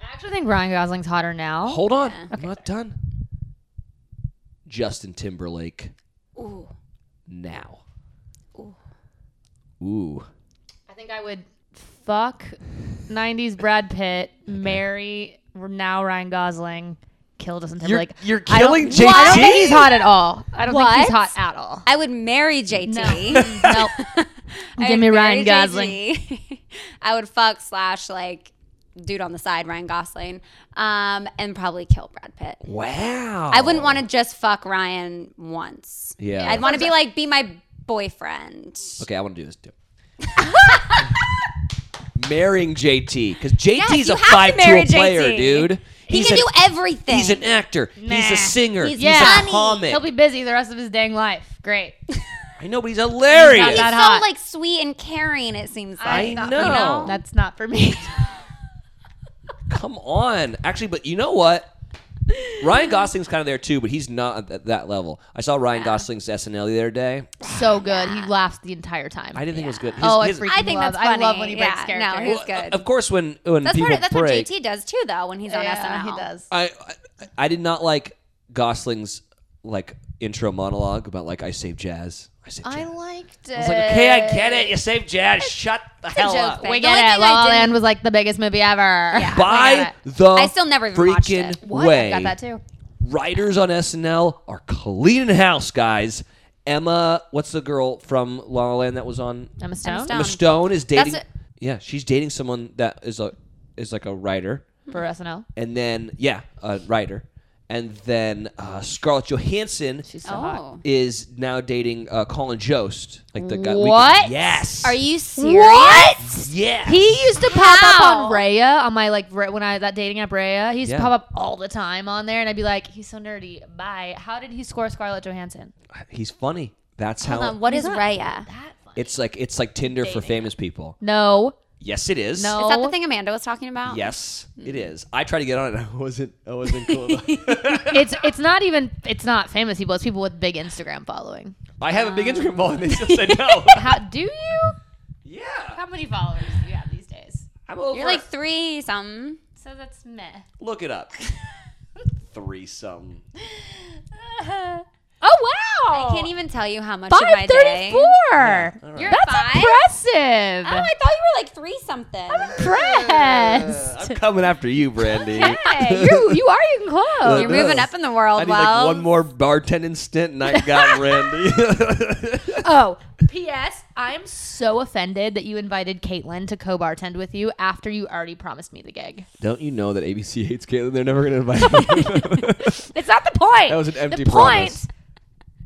Speaker 6: I actually think Ryan Gosling's hotter
Speaker 5: Oh,
Speaker 6: now.
Speaker 1: Hold on, I'm not done. Justin Timberlake.
Speaker 5: Ooh.
Speaker 1: Now. Ooh.
Speaker 6: I think I would fuck 90s Brad Pitt, marry now Ryan Gosling, kill Justin Timberlake.
Speaker 1: you're
Speaker 6: I don't-
Speaker 1: killing JT?
Speaker 6: I don't think he's hot at all. I don't think he's
Speaker 5: What?
Speaker 6: hot at all.
Speaker 5: I would marry JT.
Speaker 6: No.
Speaker 5: I would
Speaker 6: Give me
Speaker 5: marry
Speaker 6: Ryan Gosling.
Speaker 5: JT. I would fuck slash like dude on the side, Ryan Gosling, um, and probably kill Brad Pitt.
Speaker 1: Wow.
Speaker 5: I wouldn't want to just fuck Ryan once.
Speaker 1: Yeah.
Speaker 5: I'd want to be like be my boyfriend.
Speaker 1: Okay, I want to do this too. Marrying JT because JT's
Speaker 5: Yes, you
Speaker 1: a
Speaker 5: have to
Speaker 1: five
Speaker 5: marry
Speaker 1: tool player,
Speaker 5: JT.
Speaker 1: dude.
Speaker 5: He
Speaker 1: he's
Speaker 5: can
Speaker 1: an,
Speaker 5: do everything.
Speaker 1: He's an actor. He's a singer. He's,
Speaker 5: He's
Speaker 1: a
Speaker 5: funny.
Speaker 1: comic.
Speaker 6: He'll be busy the rest of his dang life. Great.
Speaker 1: I know, but he's hilarious.
Speaker 6: He's
Speaker 5: He's so
Speaker 6: not hot.
Speaker 5: like sweet and caring. It seems like.
Speaker 1: I know.
Speaker 6: No, that's not for me.
Speaker 1: Come on. Actually, but you know what? Ryan Gosling's kind of there too, but he's not at that level. I saw Ryan Gosling's SNL the other day.
Speaker 6: so good. He laughs the entire time.
Speaker 1: I didn't think it was good. His-
Speaker 6: oh, I
Speaker 1: his-
Speaker 6: freaking
Speaker 5: I think
Speaker 6: love.
Speaker 5: that's
Speaker 6: I love
Speaker 5: funny.
Speaker 6: when he breaks
Speaker 5: Yeah, no,
Speaker 6: character.
Speaker 5: he's- good.
Speaker 1: Of course, when when
Speaker 5: that's
Speaker 1: people
Speaker 5: part of, that's
Speaker 1: break,
Speaker 5: what JT does too, though, when he's on
Speaker 6: Yeah,
Speaker 5: SNL.
Speaker 6: he does.
Speaker 1: I, I I did not like Gosling's like intro monologue about like I saved jazz. I saved jazz.
Speaker 6: I liked it.
Speaker 1: I was like, okay, I get it. You saved jazz. Shut the hell
Speaker 5: joke
Speaker 1: up.
Speaker 5: thing.
Speaker 6: We
Speaker 5: The
Speaker 6: get
Speaker 5: only
Speaker 6: it.
Speaker 5: thing
Speaker 6: La
Speaker 5: I
Speaker 6: La
Speaker 5: didn't-
Speaker 6: Land was like the biggest movie ever. Yeah.
Speaker 1: By the
Speaker 5: I still never even watched
Speaker 1: freaking
Speaker 5: it.
Speaker 1: way,
Speaker 6: Got that too.
Speaker 1: writers on SNL are cleaning house, guys. Emma, what's the girl from La La Land that was on?
Speaker 6: Emma Stone.
Speaker 5: Stone.
Speaker 1: Emma Stone is dating.
Speaker 5: That's it.
Speaker 1: Yeah, she's dating someone that is a is like a writer,
Speaker 6: for SNL.
Speaker 1: and then yeah, a writer, And then uh, Scarlett Johansson
Speaker 5: She's
Speaker 6: Oh.
Speaker 5: so hot.
Speaker 1: is now dating uh, Colin Jost, like the guy.
Speaker 6: What?
Speaker 1: yes.
Speaker 5: Are you serious?
Speaker 1: Yes.
Speaker 6: He used to pop up
Speaker 2: Wow.
Speaker 6: on Raya on my like re- when I that dating app Raya. He used
Speaker 1: Yeah.
Speaker 6: to pop up all the time on there, and I'd be like, "He's so nerdy." Bye. How did he score Scarlett Johansson?
Speaker 1: He's funny. That's how.
Speaker 5: Hold on, Um, what is Raya?
Speaker 6: That funny.
Speaker 1: It's like it's like Tinder for famous people.
Speaker 6: No,
Speaker 1: Yes, it is.
Speaker 6: no.
Speaker 5: Is that the thing Amanda was talking about?
Speaker 1: Yes, it is. I tried to get on it. I wasn't. I wasn't cool. enough.
Speaker 6: It's it's not even it's not famous people. It's people with big Instagram following.
Speaker 1: I have a big Instagram following. They still said no.
Speaker 6: How do you?
Speaker 1: yeah,
Speaker 2: How many followers do you have these days?
Speaker 1: I'm over.
Speaker 5: You're like three something.
Speaker 2: So that's meh.
Speaker 1: Look it up. Threesome.
Speaker 6: Oh wow!
Speaker 5: Can't even tell you how much of my
Speaker 6: Five
Speaker 5: day.
Speaker 6: thirty-four.
Speaker 5: You're
Speaker 6: That's
Speaker 5: five.
Speaker 6: impressive.
Speaker 5: Oh, I thought you were like three something.
Speaker 6: Impressed.
Speaker 1: I'm coming after you, Brandy.
Speaker 6: Hey, you you are getting close.
Speaker 5: You're moving up in the world,
Speaker 1: I need
Speaker 5: Wells.
Speaker 1: like one more bartending stint, and I got Randy.
Speaker 6: Oh, P.S. I'm so offended that you invited Caitlin to co-bartend with you after you already promised me the gig.
Speaker 1: Don't you know that ABC hates Caitlin? They're never going to invite me.
Speaker 6: It's not the point.
Speaker 1: That was an empty
Speaker 6: the
Speaker 1: promise.
Speaker 6: point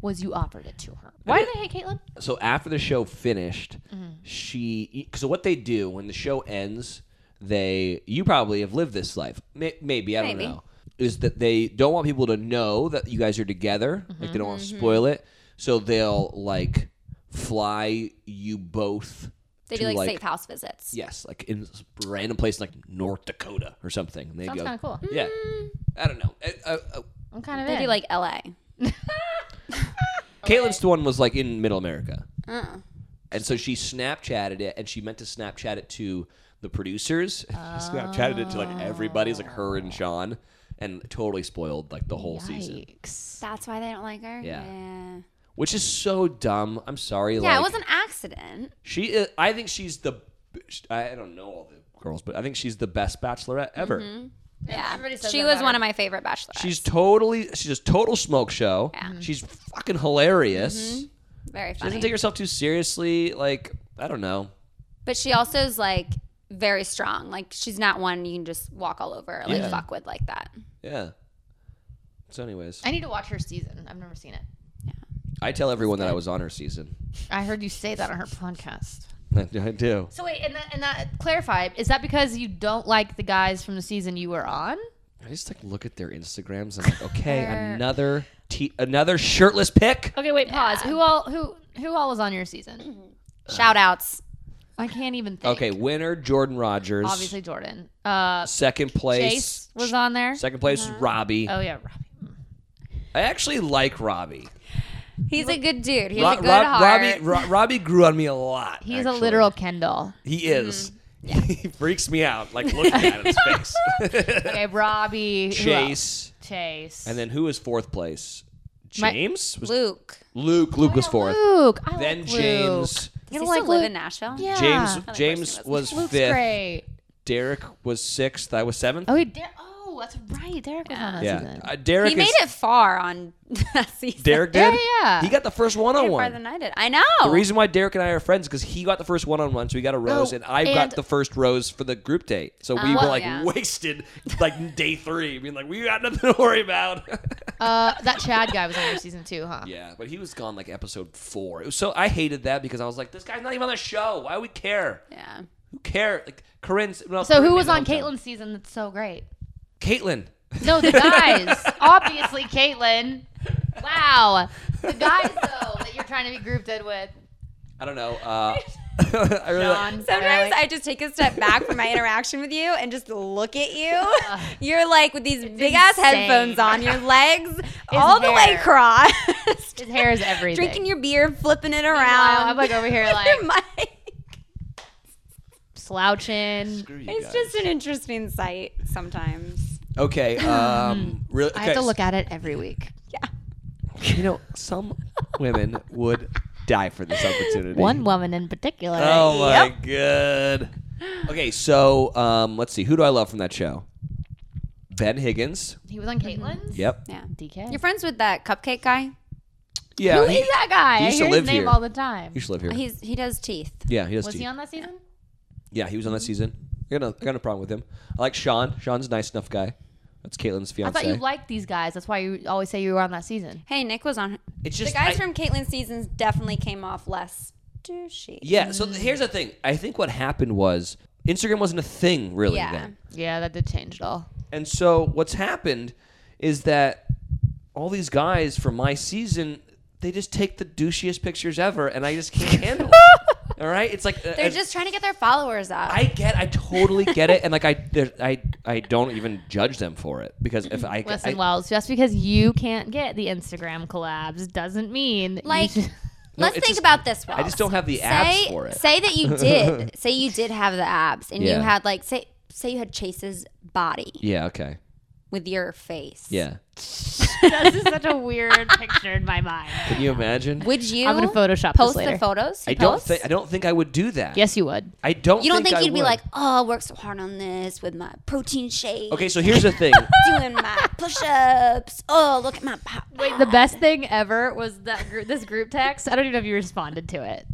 Speaker 6: was you offered it to her. Why do they hate Caitlin?
Speaker 1: so after the show finished,
Speaker 5: Mm-hmm.
Speaker 1: she. So what they do when the show ends, they you probably have lived this life. May, maybe I don't
Speaker 5: Maybe.
Speaker 1: know. Is that they don't want people to know that you guys are together. Like they don't want to
Speaker 5: Mm-hmm.
Speaker 1: spoil it. So they'll like fly you both.
Speaker 5: They
Speaker 1: to,
Speaker 5: do like, safe house visits.
Speaker 1: Yes, like in s- random place like North Dakota or something. And they
Speaker 6: Sounds
Speaker 1: go.
Speaker 6: kind of cool.
Speaker 1: Yeah. I don't know. Uh, uh, uh,
Speaker 6: I'm kind of
Speaker 5: They do
Speaker 6: in.
Speaker 5: like LA.
Speaker 1: Caitlin's one was like in Middle America,
Speaker 5: Uh-uh.
Speaker 1: and so she Snapchatted it, and she meant to Snapchat it to the producers. She Snapchatted it to like everybody's like her and Sean, and totally spoiled like the whole season,
Speaker 6: Yikes.
Speaker 5: That's why they don't like her.
Speaker 1: Yeah.
Speaker 5: Yeah,
Speaker 1: which is so dumb. I'm sorry.
Speaker 5: Yeah,
Speaker 1: like,
Speaker 5: it was an accident.
Speaker 1: She, is, I think she's the. I don't know all the girls, but I think she's the best bachelorette ever.
Speaker 5: Mm-hmm. Yeah, she was one of my favorite bachelorettes.
Speaker 1: She's totally. She's a total smoke show. She's fucking hilarious.
Speaker 5: very
Speaker 1: She doesn't
Speaker 5: Mm-hmm. funny,
Speaker 1: take herself too seriously. Like I don't know.
Speaker 5: but she also is like very strong. Like she's not one you can just walk all over, or, like
Speaker 1: Yeah.
Speaker 5: fuck with like that.
Speaker 1: Yeah. So, anyways,
Speaker 6: I need to watch her season. I've never seen it.
Speaker 1: I tell everyone that I was on her season.
Speaker 6: I heard you say that on her podcast.
Speaker 1: I do.
Speaker 6: So wait, and that, and that clarify. Is that because you don't like the guys from the season you were on?
Speaker 1: I just like look at their Instagrams. I'm like, okay, another t- another shirtless pic.
Speaker 6: Okay, wait, pause. Who all who who all was on your season?
Speaker 5: Shout outs.
Speaker 6: I can't even think.
Speaker 1: Okay, winner Jordan Rogers.
Speaker 6: obviously Jordan. Uh,
Speaker 1: Second place.
Speaker 6: Chase was on there.
Speaker 1: Second place is Robbie.
Speaker 6: Oh yeah, Robbie.
Speaker 1: I actually like Robbie.
Speaker 5: He's a good dude. He's
Speaker 1: Ro-
Speaker 5: a good
Speaker 1: Rob-
Speaker 5: heart.
Speaker 1: Robbie Ro- Robbie grew on me a lot.
Speaker 6: He's a
Speaker 1: actually.
Speaker 6: literal Mm. Kendall.
Speaker 1: He is. he freaks me out. Like looking at his face.
Speaker 6: Okay, Robbie, who else?
Speaker 1: Chase.
Speaker 6: Chase,
Speaker 1: And then who is fourth place?
Speaker 6: My- Oh,
Speaker 1: James? was
Speaker 5: Luke.
Speaker 1: Luke. Luke was fourth.
Speaker 6: Luke. I
Speaker 1: Then
Speaker 6: like Luke.
Speaker 1: James.
Speaker 5: Does he
Speaker 6: You like
Speaker 5: still live
Speaker 6: Luke?
Speaker 5: in Nashville?
Speaker 6: Yeah.
Speaker 1: James
Speaker 5: Another
Speaker 1: James
Speaker 5: person
Speaker 1: was
Speaker 6: Luke's
Speaker 1: fifth.
Speaker 6: great.
Speaker 1: Derek was sixth. I was seventh.
Speaker 6: Oh, he Der- oh, that's right. Derek was on that
Speaker 1: yeah,
Speaker 6: season.
Speaker 1: uh, Derek.
Speaker 5: He made
Speaker 1: is,
Speaker 5: it far on that season.
Speaker 1: Derek
Speaker 6: Yeah,
Speaker 1: did.
Speaker 6: yeah.
Speaker 1: He got the first one on
Speaker 5: Way farther
Speaker 1: one.
Speaker 5: than I did. I know.
Speaker 1: The reason why Derek and I are friends because he got the first one on one, so we got a rose,
Speaker 6: Oh,
Speaker 1: and I got
Speaker 6: and- Oh,
Speaker 1: the first rose for the group date. So we were
Speaker 5: well,
Speaker 1: like
Speaker 5: yeah.
Speaker 1: wasted, like day three, being like, we got nothing to worry about.
Speaker 6: Uh, that Chad guy was on your season too, huh?
Speaker 1: yeah, but he was gone like episode four. It was so I hated that because I was like, this guy's not even on the show. Why we care?
Speaker 5: yeah.
Speaker 1: Who care? Like Corinne's. well,
Speaker 6: So
Speaker 1: Corinne
Speaker 6: who
Speaker 1: made
Speaker 6: was
Speaker 1: the
Speaker 6: on
Speaker 1: hometown.
Speaker 6: Caitlin's season? That's so great.
Speaker 1: Caitlin.
Speaker 6: No, the guys. Obviously, Caitlin. Wow. The guys, though, that you're trying to be grouped in with.
Speaker 1: I don't know. Uh, I really like-
Speaker 5: Sometimes I just take a step back from my interaction with you and just look at you. You're like with these big ass
Speaker 6: insane.
Speaker 5: headphones on, your legs all the way
Speaker 6: hair.
Speaker 5: crossed,
Speaker 6: His hair is everything.
Speaker 5: drinking your beer, flipping it around.
Speaker 6: Meanwhile, I'm like over here, like
Speaker 5: Your mic.
Speaker 6: slouching.
Speaker 1: Screw you
Speaker 5: It's
Speaker 1: guys.
Speaker 5: just an interesting sight sometimes.
Speaker 1: Okay. Um, really, okay.
Speaker 6: I have to look at it every week.
Speaker 1: You know, some women would die for this opportunity.
Speaker 6: One woman in particular.
Speaker 1: Oh my god. Okay, so um, let's see. Who do I love from that show? Ben Higgins.
Speaker 6: He was on Caitlin's.
Speaker 1: Yep.
Speaker 5: Yeah.
Speaker 6: DK.
Speaker 5: You're friends with that cupcake guy?
Speaker 1: Yeah.
Speaker 6: Who
Speaker 1: he,
Speaker 6: is that guy?
Speaker 1: he
Speaker 6: I
Speaker 1: used to
Speaker 6: hear
Speaker 1: live
Speaker 6: his name
Speaker 1: here.
Speaker 6: all the time.
Speaker 1: he should live here.
Speaker 5: He's he does teeth.
Speaker 1: yeah, he does.
Speaker 6: Was
Speaker 1: teeth.
Speaker 6: he on that season?
Speaker 1: Yeah, he was on that season. I got no, I got no problem with him. I like Sean. Sean's a nice enough guy. That's Caitlin's
Speaker 6: I
Speaker 1: fiance.
Speaker 6: thought you liked these guys. That's why you always say you were on that season.
Speaker 5: Hey, Nick was on.
Speaker 1: it's just
Speaker 5: the guys
Speaker 1: I-
Speaker 5: from Caitlyn's seasons definitely came off less douchey.
Speaker 1: Yeah. So th- here's the thing. I think what happened was Instagram wasn't a thing really
Speaker 5: Yeah.
Speaker 1: then,
Speaker 6: Yeah, that did change it all.
Speaker 1: and so what's happened is that all these guys from my season they just take the douchiest pictures ever, and I just can't handle. it. All right. It's like uh,
Speaker 5: They're just trying to get their followers up.
Speaker 1: I get, I totally get it, and like I, there, I, I don't even judge them for it because if I,
Speaker 6: Listen,
Speaker 1: I-
Speaker 6: Wells, just because you can't get the Instagram collabs doesn't mean
Speaker 5: like,
Speaker 6: you should-
Speaker 5: let's
Speaker 1: it's
Speaker 5: think
Speaker 1: just-
Speaker 5: about this. Wells.
Speaker 1: I just don't have the
Speaker 5: say,
Speaker 1: abs for it.
Speaker 5: Say that you did. say you did have the abs, and
Speaker 1: Yeah.
Speaker 5: you had like say say you had Chase's body
Speaker 1: yeah, okay,
Speaker 5: with your face.
Speaker 1: yeah.
Speaker 6: this is such a weird picture in my mind.
Speaker 1: Can you imagine?
Speaker 5: Would you?
Speaker 6: I'm gonna Photoshop this
Speaker 5: post
Speaker 6: later.
Speaker 5: the photos.
Speaker 1: I
Speaker 5: you
Speaker 1: don't
Speaker 5: post?
Speaker 1: think, I don't think I would do that.
Speaker 6: Yes, you would.
Speaker 1: I don't.
Speaker 5: You don't think,
Speaker 1: I
Speaker 5: you'd be
Speaker 1: would.
Speaker 5: like, oh, I worked so hard on this with my protein shake.
Speaker 1: Okay, so here's the thing.
Speaker 5: doing my push-ups. Oh, look at my pop.
Speaker 6: Wait, the best thing ever was that group, this group text. I don't even know if you responded to it.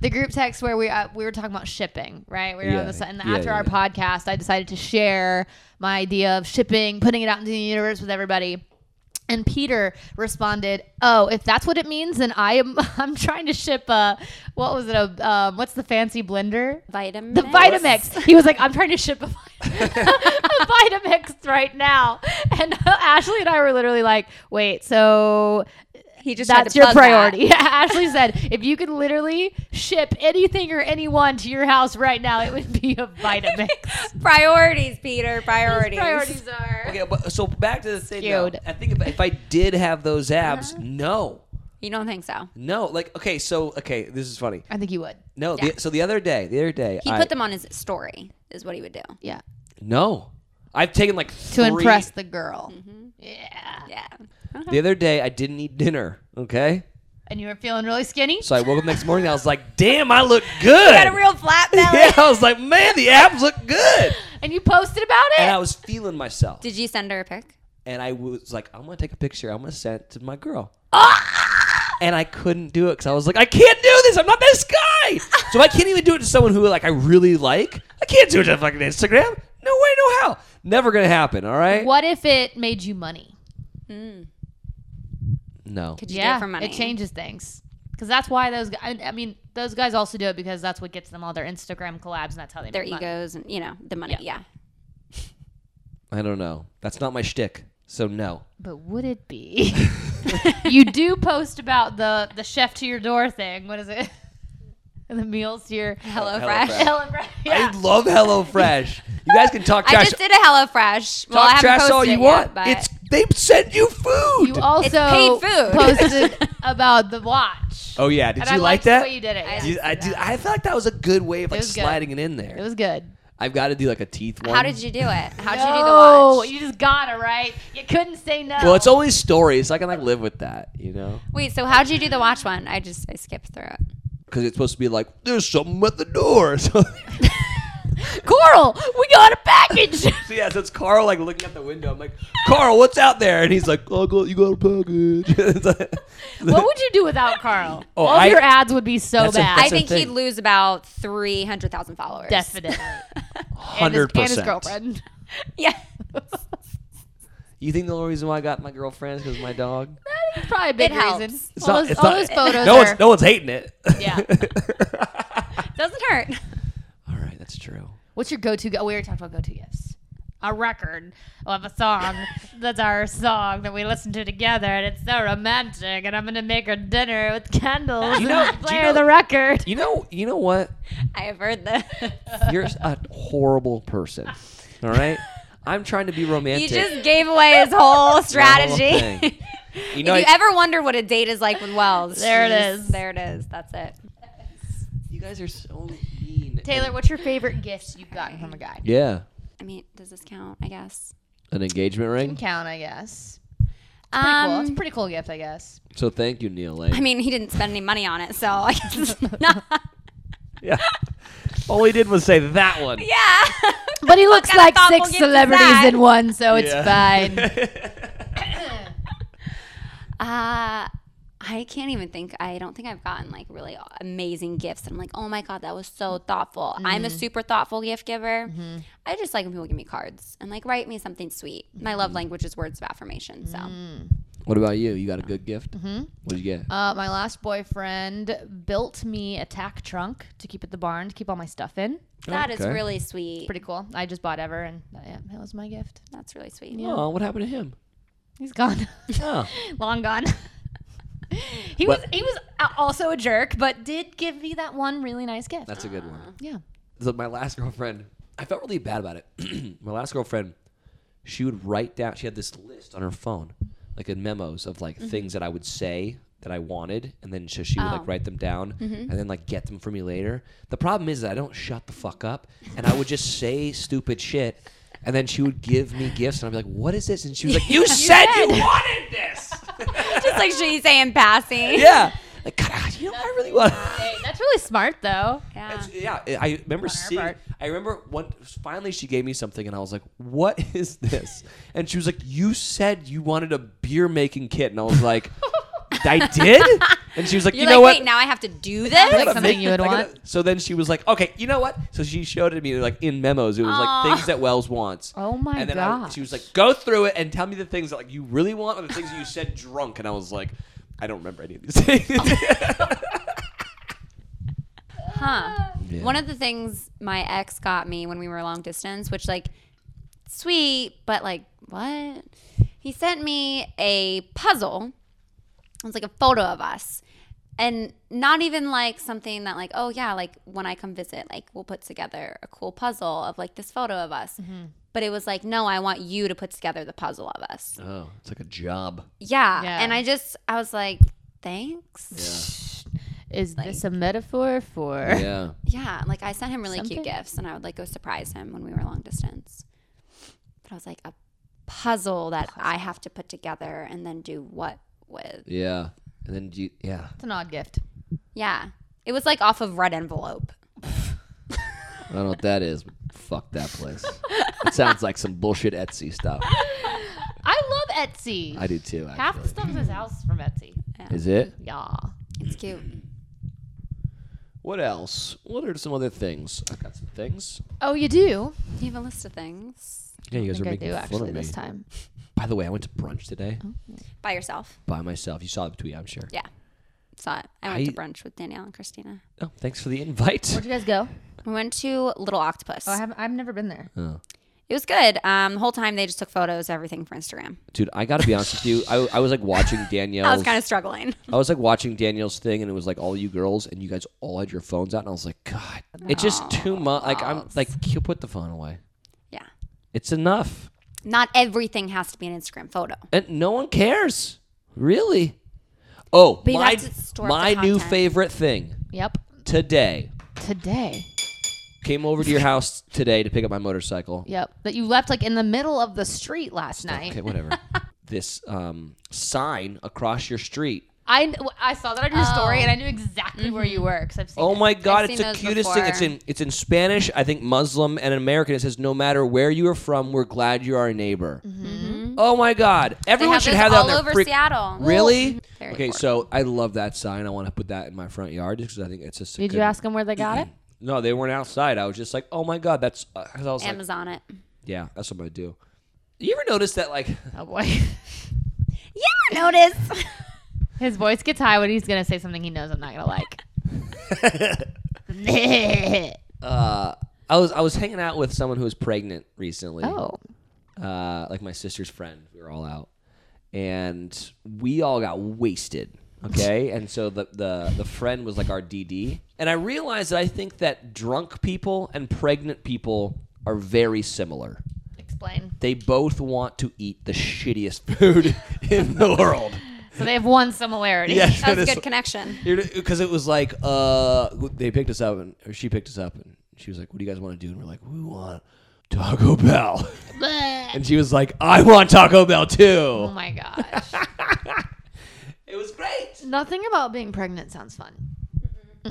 Speaker 6: The group text where we uh, we were talking about shipping, right? We were
Speaker 1: Yeah.
Speaker 6: on this, and
Speaker 1: Yeah,
Speaker 6: after
Speaker 1: yeah,
Speaker 6: our
Speaker 1: yeah.
Speaker 6: podcast, I decided to share my idea of shipping, putting it out into the universe with everybody. And Peter responded, "Oh, if that's what it means, then I am I'm trying to ship a what was it a um, what's the fancy blender?
Speaker 5: Vitamin.
Speaker 6: The Vitamix. He was like, I'm trying to ship a, Vi- a Vitamix right now. And uh, Ashley and I were literally like, wait, so
Speaker 5: He just tried
Speaker 6: that's
Speaker 5: to
Speaker 6: your
Speaker 5: plug that.
Speaker 6: priority. Ashley said, if you could literally ship anything or anyone to your house right now, it would be a Vitamix.
Speaker 5: Priorities, Peter. Priorities.
Speaker 6: Priorities are.
Speaker 1: okay, but so back to the thing. though.
Speaker 6: Skewed.
Speaker 1: I think if, if I did have those abs, no,
Speaker 5: You don't think so?
Speaker 1: no, like okay, so okay, this is funny.
Speaker 6: I think you would.
Speaker 1: No, the, so the other day, the other day,
Speaker 5: He
Speaker 1: I,
Speaker 5: put them on his story. Is what he would do.
Speaker 6: Yeah.
Speaker 1: No, I've taken like
Speaker 6: To
Speaker 1: three,
Speaker 6: impress the girl. Mm-hmm. Yeah.
Speaker 5: Yeah.
Speaker 1: The other day, I didn't eat dinner. Okay,
Speaker 6: And you were feeling really skinny?
Speaker 1: so I woke up next morning. I was like, damn, I look good.
Speaker 5: Got a real flat belly.
Speaker 1: yeah, I was like, man, the abs look good.
Speaker 6: And you posted about it?
Speaker 1: And I was feeling myself.
Speaker 5: Did you send her a pic?
Speaker 1: and I was like, I'm gonna take a picture. I'm gonna send it to my girl. and I couldn't do it because I was like, I can't do this. I'm not this guy. so I can't even do it to someone who like I really like. I can't do it to fucking Instagram. No way, no how. Never gonna happen. All right.
Speaker 6: what if it made you money?
Speaker 1: No.
Speaker 5: Could you do
Speaker 6: yeah,
Speaker 5: it for money?
Speaker 6: It changes things because that's why those. gu- I, I mean, those guys also do it because that's what gets them all their Instagram collabs, and that's how they
Speaker 5: their
Speaker 6: make money.
Speaker 5: egos and you know the money. Yeah.
Speaker 1: I don't know. That's not my shtick. So no.
Speaker 6: But would it be? you do post about the the chef to your door thing. What is it? the meals to your
Speaker 5: Hello,
Speaker 1: Fresh.
Speaker 5: Fresh.
Speaker 1: Fresh.
Speaker 6: Helen Bre- Yeah.
Speaker 1: I love HelloFresh. you guys can talk
Speaker 5: I
Speaker 1: trash.
Speaker 5: just did a Hello Fresh. Well, I
Speaker 1: talk
Speaker 5: haven't
Speaker 1: trash
Speaker 5: posted
Speaker 1: all you
Speaker 5: it
Speaker 1: want.
Speaker 5: Yet, but
Speaker 1: it's they sent you food.
Speaker 6: You also
Speaker 5: paid food.
Speaker 6: posted about the watch.
Speaker 1: oh yeah. Did
Speaker 6: and
Speaker 1: you
Speaker 6: I
Speaker 1: like
Speaker 6: liked
Speaker 1: that?
Speaker 6: The way you did it. yeah.
Speaker 1: Dude, I, dude, I felt like that was a good way of like
Speaker 6: was good.
Speaker 1: sliding it in there.
Speaker 6: It was good.
Speaker 1: I've got to do like a teeth one.
Speaker 5: how did you do it? How'd
Speaker 6: No,
Speaker 5: you do the watch?
Speaker 6: you just got it right. You couldn't say no.
Speaker 1: Well, it's only stories. So I can like live with that, you know,
Speaker 5: Wait, so how'd you do the watch one? I just I skipped through it.
Speaker 1: because it's supposed to be like there's something at the door. So,
Speaker 6: Coral, we got a package.
Speaker 1: so yeah, so it's Carl like looking out the window. I'm like, Carl, what's out there? And he's like, oh, go, you got a package. It's like-
Speaker 6: what would you do without Carl?
Speaker 1: Oh,
Speaker 6: All
Speaker 1: I-
Speaker 6: your ads would be so
Speaker 1: That's a-
Speaker 6: bad.
Speaker 5: I
Speaker 1: the
Speaker 5: think
Speaker 1: thing.
Speaker 5: he'd lose about three hundred thousand followers.
Speaker 6: Definitely. And his-
Speaker 1: hundred
Speaker 6: and his
Speaker 1: percent.
Speaker 6: girlfriend.
Speaker 5: Yeah.
Speaker 1: You think the only reason why I got my girlfriend's because my dog?
Speaker 6: Probably a big
Speaker 5: It helps.
Speaker 6: reason.
Speaker 1: It's
Speaker 6: all
Speaker 1: not-
Speaker 6: those,
Speaker 1: it's
Speaker 6: all
Speaker 1: not-
Speaker 6: those photos
Speaker 1: no
Speaker 6: are.
Speaker 1: one's no one's hating it.
Speaker 6: Yeah.
Speaker 5: Doesn't hurt.
Speaker 1: All right, that's true.
Speaker 6: What's your go-to? Go- we already talked about go-to gifts. A record of a song that's our song that we listen to together, and it's so romantic. And I'm gonna make her dinner with candles
Speaker 1: You know- do
Speaker 6: and
Speaker 1: you
Speaker 6: play
Speaker 1: know-
Speaker 6: her the record.
Speaker 1: You know, you know what?
Speaker 5: I have heard that.
Speaker 1: You're a horrible person. All right, I'm trying to be
Speaker 5: You
Speaker 1: romantic.
Speaker 5: just gave away his whole
Speaker 1: whole
Speaker 5: strategy.
Speaker 1: thing. You know,
Speaker 5: if you
Speaker 1: I-
Speaker 5: ever wonder what a date is like with Wells,
Speaker 6: There it
Speaker 5: she's-
Speaker 6: is.
Speaker 5: There it is. That's it.
Speaker 1: you guys are so mean.
Speaker 6: Taylor, what's your favorite gift you've gotten from a guy?
Speaker 1: Yeah,
Speaker 5: I mean, does this count? I guess.
Speaker 1: an engagement ring.
Speaker 6: Count, I guess. Pretty cool.
Speaker 5: Um,
Speaker 6: It's a pretty cool gift, I guess.
Speaker 1: So thank you, Neil.
Speaker 5: I mean, he didn't spend any money on it, so I guess it's not.
Speaker 1: yeah. All he did was say that one.
Speaker 5: Yeah.
Speaker 6: But he looks
Speaker 5: kind of
Speaker 6: like
Speaker 5: thoughtful
Speaker 6: six
Speaker 5: gift is
Speaker 6: celebrities
Speaker 5: that?
Speaker 6: in one, so it's
Speaker 1: Yeah.
Speaker 6: fine.
Speaker 5: Uh, I can't even think. I don't think I've gotten like really amazing gifts. And I'm like, oh my God, that was so thoughtful. I'm a super thoughtful gift giver. I just like when people give me cards and like write me something sweet. My love language is words of affirmation. So
Speaker 1: What about you? You got a good gift? Mm-hmm. What did you get?
Speaker 6: Uh, my last boyfriend built me a tack trunk to keep at the barn to keep all my stuff in.
Speaker 5: that is
Speaker 1: okay.
Speaker 5: really sweet.
Speaker 6: Pretty cool. I just bought Ever, and uh, yeah, that was my gift.
Speaker 5: That's really sweet.
Speaker 1: Oh, what happened to him?
Speaker 6: He's gone,
Speaker 1: Oh,
Speaker 6: long gone. he was he was a- also a jerk, but did give me that one really nice gift.
Speaker 1: that's a good one.
Speaker 6: yeah.
Speaker 1: So my last girlfriend, I felt really bad about it. my last girlfriend, she would write down. She had this list on her phone, like in memos of like things that I would say that I wanted, and then so she would
Speaker 5: Oh.
Speaker 1: like write them down and then like get them for me later. The problem is that I don't shut the fuck up, and I would just say stupid shit, and then she would give me gifts, and I'd be like, "What is this?" And she was like, "You said you wanted this."
Speaker 5: Just like she's saying passing.
Speaker 1: yeah. Like, God, you know, I really want.
Speaker 6: That's really smart, though.
Speaker 5: Yeah.
Speaker 1: It's- yeah, I- I remember seeing.
Speaker 6: Uh, part.
Speaker 1: I remember one. Finally, she gave me something, and I was like, "What is this?" And she was like, "You said you wanted a beer making kit," and I was like, "I did." And she was like,
Speaker 5: You're
Speaker 1: "You
Speaker 5: like,
Speaker 1: know
Speaker 5: wait,
Speaker 1: what?"
Speaker 5: now I have to do this?
Speaker 1: I gotta
Speaker 6: something
Speaker 1: make
Speaker 6: you would
Speaker 1: this- I
Speaker 6: want.
Speaker 1: gotta-" So then she was like, "Okay, you know what?" So she showed it to me like in memos. It was
Speaker 5: Aw.
Speaker 1: like things that Wells wants.
Speaker 6: Oh my
Speaker 1: And then I,
Speaker 6: gosh.
Speaker 1: she was like, "Go through it and tell me the things that like you really want, or the things that you said drunk." And I was like, "I don't remember any of these things."
Speaker 5: Huh.
Speaker 1: Yeah.
Speaker 5: One of the things my ex got me when we were long distance, which like sweet, but like what? He sent me a puzzle. It was like a photo of us. And not even like something that like, oh yeah, like when I come visit, like we'll put together a cool puzzle of like this photo of us. But it was like, no, I want you to put together the puzzle of us.
Speaker 1: oh, it's like a job.
Speaker 5: Yeah.
Speaker 6: Yeah.
Speaker 5: And I just I was like, thanks.
Speaker 6: Is this a metaphor for?
Speaker 1: Yeah.
Speaker 5: Yeah. Like I sent him really cute
Speaker 6: Something-
Speaker 5: gifts and I would like go surprise him when we were long distance. But I was like a puzzle that I have to put together and then do what with.
Speaker 1: Yeah. And then you, yeah.
Speaker 6: It's an odd gift.
Speaker 5: Yeah. It was like off of red envelope.
Speaker 1: I don't know what that is, but fuck that place. it sounds like some bullshit Etsy stuff.
Speaker 6: I love Etsy.
Speaker 1: I do too,
Speaker 6: Half the
Speaker 1: actually.
Speaker 6: stuff in this house is from Etsy.
Speaker 1: Is it?
Speaker 6: Yeah.
Speaker 5: It's cute.
Speaker 1: What else? What are some other things? I've got some things.
Speaker 6: Oh, you do.
Speaker 5: You have a list of things
Speaker 1: Yeah, you guys
Speaker 6: I
Speaker 1: are
Speaker 6: think I
Speaker 1: making
Speaker 6: do
Speaker 1: fun
Speaker 6: actually
Speaker 1: of me.
Speaker 6: this time.
Speaker 1: By the way, I went to brunch today
Speaker 5: by yourself.
Speaker 1: by myself. You saw the tweet, I'm sure.
Speaker 5: Yeah. Saw it. I went to
Speaker 1: I-
Speaker 5: brunch with Danielle and Christina.
Speaker 1: Oh, thanks for the invite.
Speaker 6: Where'd you guys go?
Speaker 5: We went to Little Octopus.
Speaker 6: Oh, I have, I've never been
Speaker 1: Uh.
Speaker 6: there.
Speaker 5: it was good. Um, the whole time they just took photos, everything for Instagram.
Speaker 1: Dude, I gotta be honest with you. I, I was like watching Danielle's.
Speaker 5: I was kind of struggling.
Speaker 1: I was like watching Danielle's thing, and it was like all you girls, and you guys all had your phones out, and I was like, God, it's just too much. Like I'm like, you put the phone away.
Speaker 5: Yeah.
Speaker 1: It's enough.
Speaker 5: Not everything has to be an Instagram photo.
Speaker 1: and no one cares really oh
Speaker 5: But you
Speaker 1: my,
Speaker 5: have to store
Speaker 1: my
Speaker 5: the
Speaker 1: new
Speaker 5: content.
Speaker 1: favorite thing
Speaker 6: Yep.
Speaker 1: today
Speaker 6: Today.
Speaker 1: came over to your house today to pick up my motorcycle
Speaker 6: Yep. That you left like in the middle of the street last night.
Speaker 1: okay whatever this um, sign across your street
Speaker 6: I, I saw that on your story and I knew exactly where you were because I've seen
Speaker 1: oh
Speaker 6: it.
Speaker 1: my god
Speaker 5: I've
Speaker 1: it's
Speaker 5: seen
Speaker 1: the
Speaker 5: those
Speaker 1: cutest thing it's
Speaker 5: before.
Speaker 1: in it's in spanish i think muslim and american it says no matter where you are from we're glad you're our neighbor oh my god everyone
Speaker 5: Mm-hmm. have
Speaker 1: should
Speaker 5: those
Speaker 1: have that on
Speaker 5: all
Speaker 1: their
Speaker 5: over
Speaker 1: freak-
Speaker 5: Seattle.
Speaker 1: really
Speaker 5: Very
Speaker 1: okay
Speaker 5: affordable.
Speaker 1: so i love that sign i want to put that in my front yard just because i think it's just a
Speaker 6: Did
Speaker 1: good
Speaker 6: you ask them where they got it?
Speaker 1: No, they weren't outside. I was just like, oh my god, that's. Uh, 'cause I was like,
Speaker 5: Amazon it.
Speaker 1: yeah, that's what I'm gonna do. You ever notice that like
Speaker 6: Oh boy.
Speaker 5: You ever notice?
Speaker 6: His voice gets high when he's going to say something he knows I'm not going to like.
Speaker 1: uh, I was I was hanging out with someone who was pregnant recently.
Speaker 6: oh.
Speaker 1: Uh, like my sister's friend. We were all out, and we all got wasted. Okay, and so the the the friend was like our DD, and I realized that I think that drunk people and pregnant people are very similar.
Speaker 6: Explain.
Speaker 1: They both want to eat the shittiest food in the world.
Speaker 6: So they have one similarity.
Speaker 5: That was a good connection.
Speaker 1: because it was like uh they picked us up and or she picked us up and she was like what do you guys want to do and we're like we want taco bell and she was like i want taco bell too
Speaker 6: Oh my gosh.
Speaker 1: it was great
Speaker 6: Nothing about being pregnant sounds fun.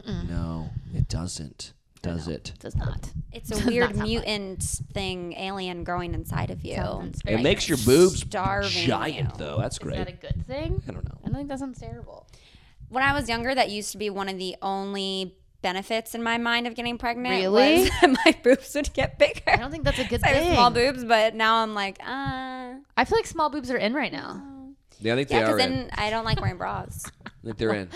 Speaker 1: no it doesn't does it
Speaker 6: Does not.
Speaker 5: It's a weird mutant thing, alien growing inside of you.
Speaker 6: Sounds
Speaker 1: it
Speaker 6: very-
Speaker 1: makes your boobs
Speaker 5: starving
Speaker 1: giant
Speaker 5: you.
Speaker 1: though that's
Speaker 6: Is
Speaker 1: great
Speaker 6: that a good thing?
Speaker 1: i don't know
Speaker 2: I don't think that sounds terrible.
Speaker 5: When I was younger, that used to be one of the only benefits in my mind of getting pregnant.
Speaker 6: Really?
Speaker 5: was that my boobs would get bigger.
Speaker 2: I don't think that's a good
Speaker 5: I
Speaker 2: thing.
Speaker 5: have small boobs, but now I'm like, uh,
Speaker 2: I feel like small boobs are in right now.
Speaker 1: Yeah, I think
Speaker 5: yeah,
Speaker 1: they are
Speaker 5: because
Speaker 1: in.
Speaker 5: then I don't like wearing bras.
Speaker 1: I think they're in.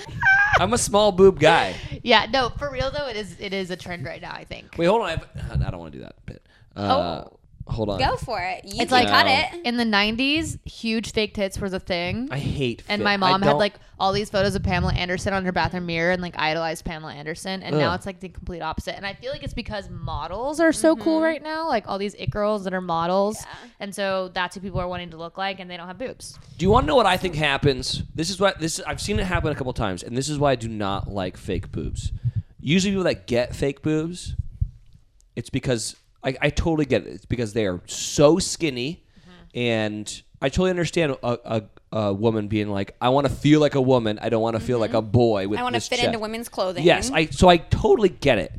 Speaker 1: I'm a small boob guy.
Speaker 6: Yeah, no, for real though, it is it is a trend right now. I think
Speaker 1: Wait, hold on. I, have, I don't want to do that bit. Uh,
Speaker 6: Oh.
Speaker 1: Hold on.
Speaker 5: Go for it. You
Speaker 6: It's
Speaker 5: can
Speaker 6: like-
Speaker 5: cut
Speaker 1: No.
Speaker 5: it.
Speaker 6: in the '90s, huge fake tits was a thing.
Speaker 1: I hate.
Speaker 6: and
Speaker 1: fit.
Speaker 6: my
Speaker 1: I
Speaker 6: mom had
Speaker 1: don't-
Speaker 6: like all these photos of Pamela Anderson on her bathroom mirror and like idolized Pamela Anderson. And now
Speaker 1: Ugh.
Speaker 6: it's like the complete opposite. And I feel like it's because models are so
Speaker 5: Mm-hmm.
Speaker 6: cool right now. Like all these it girls that are models. And so that's who people are wanting to look like and they don't have boobs.
Speaker 1: Do you want to know what I think happens? This is what this. I've seen it happen a couple times, and this is why I do not like fake boobs. Usually, people that get fake boobs, it's because I, I totally get it. It's because they are so skinny,
Speaker 5: Mm-hmm.
Speaker 1: and I totally understand a, a, a woman being like, "I want to feel like a woman. I don't want to feel like a boy." With
Speaker 5: Mm-hmm. I want to
Speaker 1: this
Speaker 5: fit
Speaker 1: chest."
Speaker 5: into women's clothing.
Speaker 1: Yes, I so I totally get it.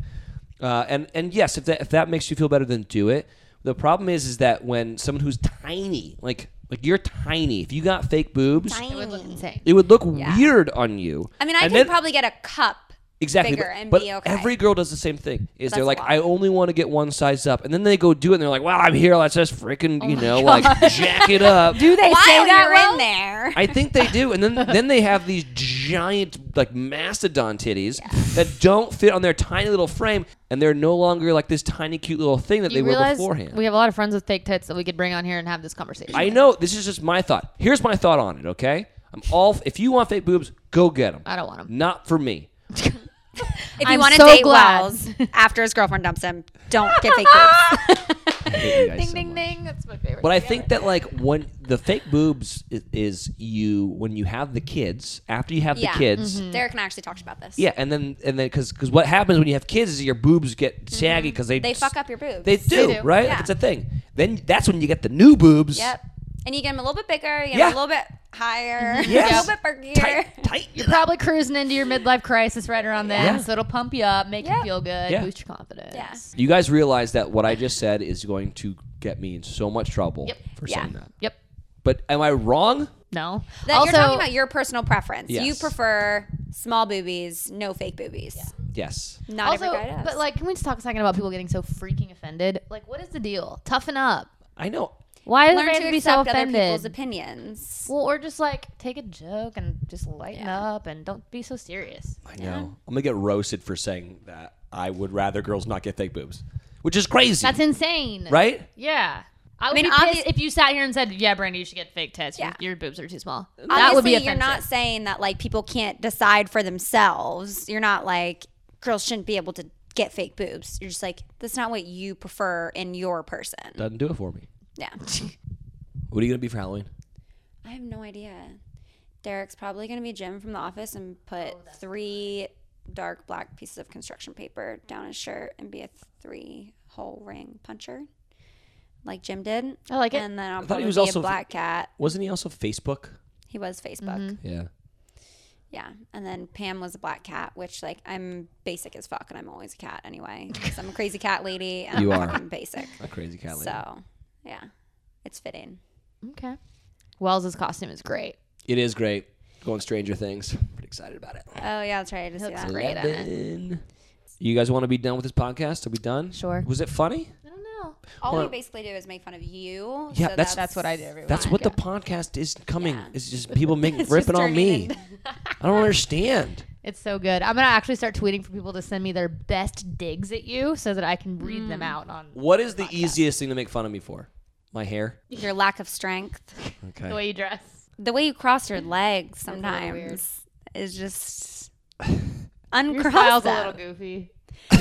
Speaker 1: Uh, and and yes, if that if that makes you feel better, then do it. The problem is is that when someone who's tiny, like like you're tiny, if you got fake boobs,
Speaker 5: Tiny.
Speaker 6: It would look insane.
Speaker 1: it would look weird on you.
Speaker 5: I mean, I
Speaker 1: And
Speaker 5: could
Speaker 1: then-
Speaker 5: probably get a cup.
Speaker 1: exactly,
Speaker 5: bigger
Speaker 1: but,
Speaker 5: and
Speaker 1: but
Speaker 5: be okay.
Speaker 1: every girl does the same thing. Is they're
Speaker 5: That's
Speaker 1: like,
Speaker 5: a lot.
Speaker 1: I only want to get one size up, and then they go do it, and they're like, Wow, I'm here. Let's just freaking you know like jack it up.
Speaker 5: Oh Do they While
Speaker 6: say that,
Speaker 5: you're
Speaker 6: Will?
Speaker 5: in there?
Speaker 1: I think they do, and then then they have these giant like mastodon titties that don't fit on their tiny little frame, and they're no longer like this tiny cute little thing that they
Speaker 6: you
Speaker 1: were
Speaker 6: realize
Speaker 1: beforehand.
Speaker 6: we have a lot of friends with fake tits that we could bring on here and have this conversation.
Speaker 1: I know this is just my thought. Here's my thought on it. Okay, I'm all. If you want fake boobs, go get them.
Speaker 6: I don't want 'em.
Speaker 1: Not for me.
Speaker 5: If you
Speaker 6: I'm
Speaker 5: want to
Speaker 6: so
Speaker 5: date
Speaker 6: glad.
Speaker 5: Wells after his girlfriend dumps him, don't get fake boobs.
Speaker 1: I hate you guys so much.
Speaker 6: ding. That's my favorite.
Speaker 1: But I think that like when the fake boobs is, is you when you have the kids after you have
Speaker 5: Yeah.
Speaker 1: the kids.
Speaker 6: mm-hmm.
Speaker 5: Derek and I actually talked about this.
Speaker 1: Yeah, and then and then because because what happens when you have kids is your boobs get
Speaker 6: Mm-hmm.
Speaker 1: saggy because they
Speaker 5: They fuck up your boobs.
Speaker 1: They do,
Speaker 6: They do.
Speaker 1: right? Like
Speaker 5: Yeah.
Speaker 1: it's a thing. Then that's when you get the new boobs.
Speaker 5: Yep. And you get them a little bit bigger, you get
Speaker 1: Yeah.
Speaker 5: 'em a little bit higher,
Speaker 1: Yes.
Speaker 5: a little bit burgier.
Speaker 1: Tight, tight.
Speaker 6: you're probably cruising into your midlife crisis right around then,
Speaker 1: Yeah.
Speaker 6: so it'll pump you up, make you
Speaker 5: Yeah.
Speaker 6: feel good,
Speaker 1: Yeah.
Speaker 6: boost your confidence.
Speaker 5: Yeah.
Speaker 1: You guys realize that what I just said is going to get me in so much trouble
Speaker 6: Yep.
Speaker 1: for
Speaker 5: Yeah.
Speaker 1: saying that.
Speaker 6: Yep.
Speaker 1: But am I wrong?
Speaker 6: No.
Speaker 5: That
Speaker 6: also,
Speaker 5: you're talking about your personal preference. You
Speaker 1: Yes.
Speaker 5: prefer small boobies, no fake boobies.
Speaker 1: Yes.
Speaker 5: Not every guy does.
Speaker 6: But like, can we just talk a second about people getting so freaking offended? Like, what is the deal? Toughen up.
Speaker 1: I know.
Speaker 6: Why does
Speaker 5: learn
Speaker 6: everybody
Speaker 5: to
Speaker 6: have to be so
Speaker 5: accept other people's
Speaker 6: offended?
Speaker 5: opinions.
Speaker 6: Well, or just like take a joke and just lighten up and don't be so serious.
Speaker 1: I know. I'm gonna get roasted for saying that I would rather girls not get fake boobs, which is crazy,
Speaker 6: That's insane.
Speaker 1: right?
Speaker 6: Yeah. I would
Speaker 5: mean,
Speaker 6: be pissed
Speaker 5: obvi-
Speaker 6: if you sat here and said, "Yeah, Brandy, you should get fake tits. Your-
Speaker 5: Yeah.
Speaker 6: Your, boobs are too small." that
Speaker 5: Obviously,
Speaker 6: would be
Speaker 5: you're
Speaker 6: offensive.
Speaker 5: not saying that like people can't decide for themselves. You're not like girls shouldn't be able to get fake boobs. You're just like that's not what you prefer in your person.
Speaker 1: Doesn't do it for me.
Speaker 5: Yeah.
Speaker 1: What are you gonna be for Halloween?
Speaker 5: I have no idea. Derek's probably going to be Jim from the office and
Speaker 1: Oh,
Speaker 5: put three dark black pieces of construction paper down his shirt and be a three hole ring puncher, like Jim did.
Speaker 6: I like it.
Speaker 5: And then I'll
Speaker 1: he
Speaker 5: probably
Speaker 1: was
Speaker 5: be
Speaker 1: also-
Speaker 5: a black cat.
Speaker 1: Wasn't he also Facebook?
Speaker 5: He was Facebook.
Speaker 1: Yeah.
Speaker 5: Yeah. And then Pam was a black cat, which like I'm basic as fuck and I'm always a cat anyway. 'cause I'm a crazy cat lady and
Speaker 1: You
Speaker 5: I'm
Speaker 1: are.
Speaker 5: fucking basic.
Speaker 1: A crazy cat lady.
Speaker 5: So yeah, it's fitting.
Speaker 6: Okay. Wells' costume is great.
Speaker 1: It is great. Going Stranger Things. Pretty excited about it.
Speaker 5: Oh yeah, that's right. I just see that.
Speaker 6: great at it.
Speaker 1: Eleven. You guys want to be done with this podcast? Are we done?
Speaker 6: Sure.
Speaker 1: Was it funny?
Speaker 6: I don't know.
Speaker 5: All
Speaker 1: Well-
Speaker 5: we basically do is make fun of you.
Speaker 1: Yeah,
Speaker 5: so
Speaker 1: that's-
Speaker 6: That's what I do. Every
Speaker 1: That's
Speaker 6: week.
Speaker 1: what the podcast is coming.
Speaker 5: Yeah.
Speaker 1: It's just people making
Speaker 5: just
Speaker 1: ripping on
Speaker 5: turning
Speaker 1: me.
Speaker 5: into-
Speaker 1: I don't understand.
Speaker 6: It's so good. I'm gonna actually start tweeting for people to send me their best digs at you so that I can read
Speaker 5: Mm.
Speaker 6: them out on
Speaker 1: What is the easiest thing to make fun of me for? My hair.
Speaker 5: your lack of strength,
Speaker 1: Okay.
Speaker 6: the way you dress.
Speaker 5: the way you cross your legs sometimes is just uncrossed. them.
Speaker 6: goofy.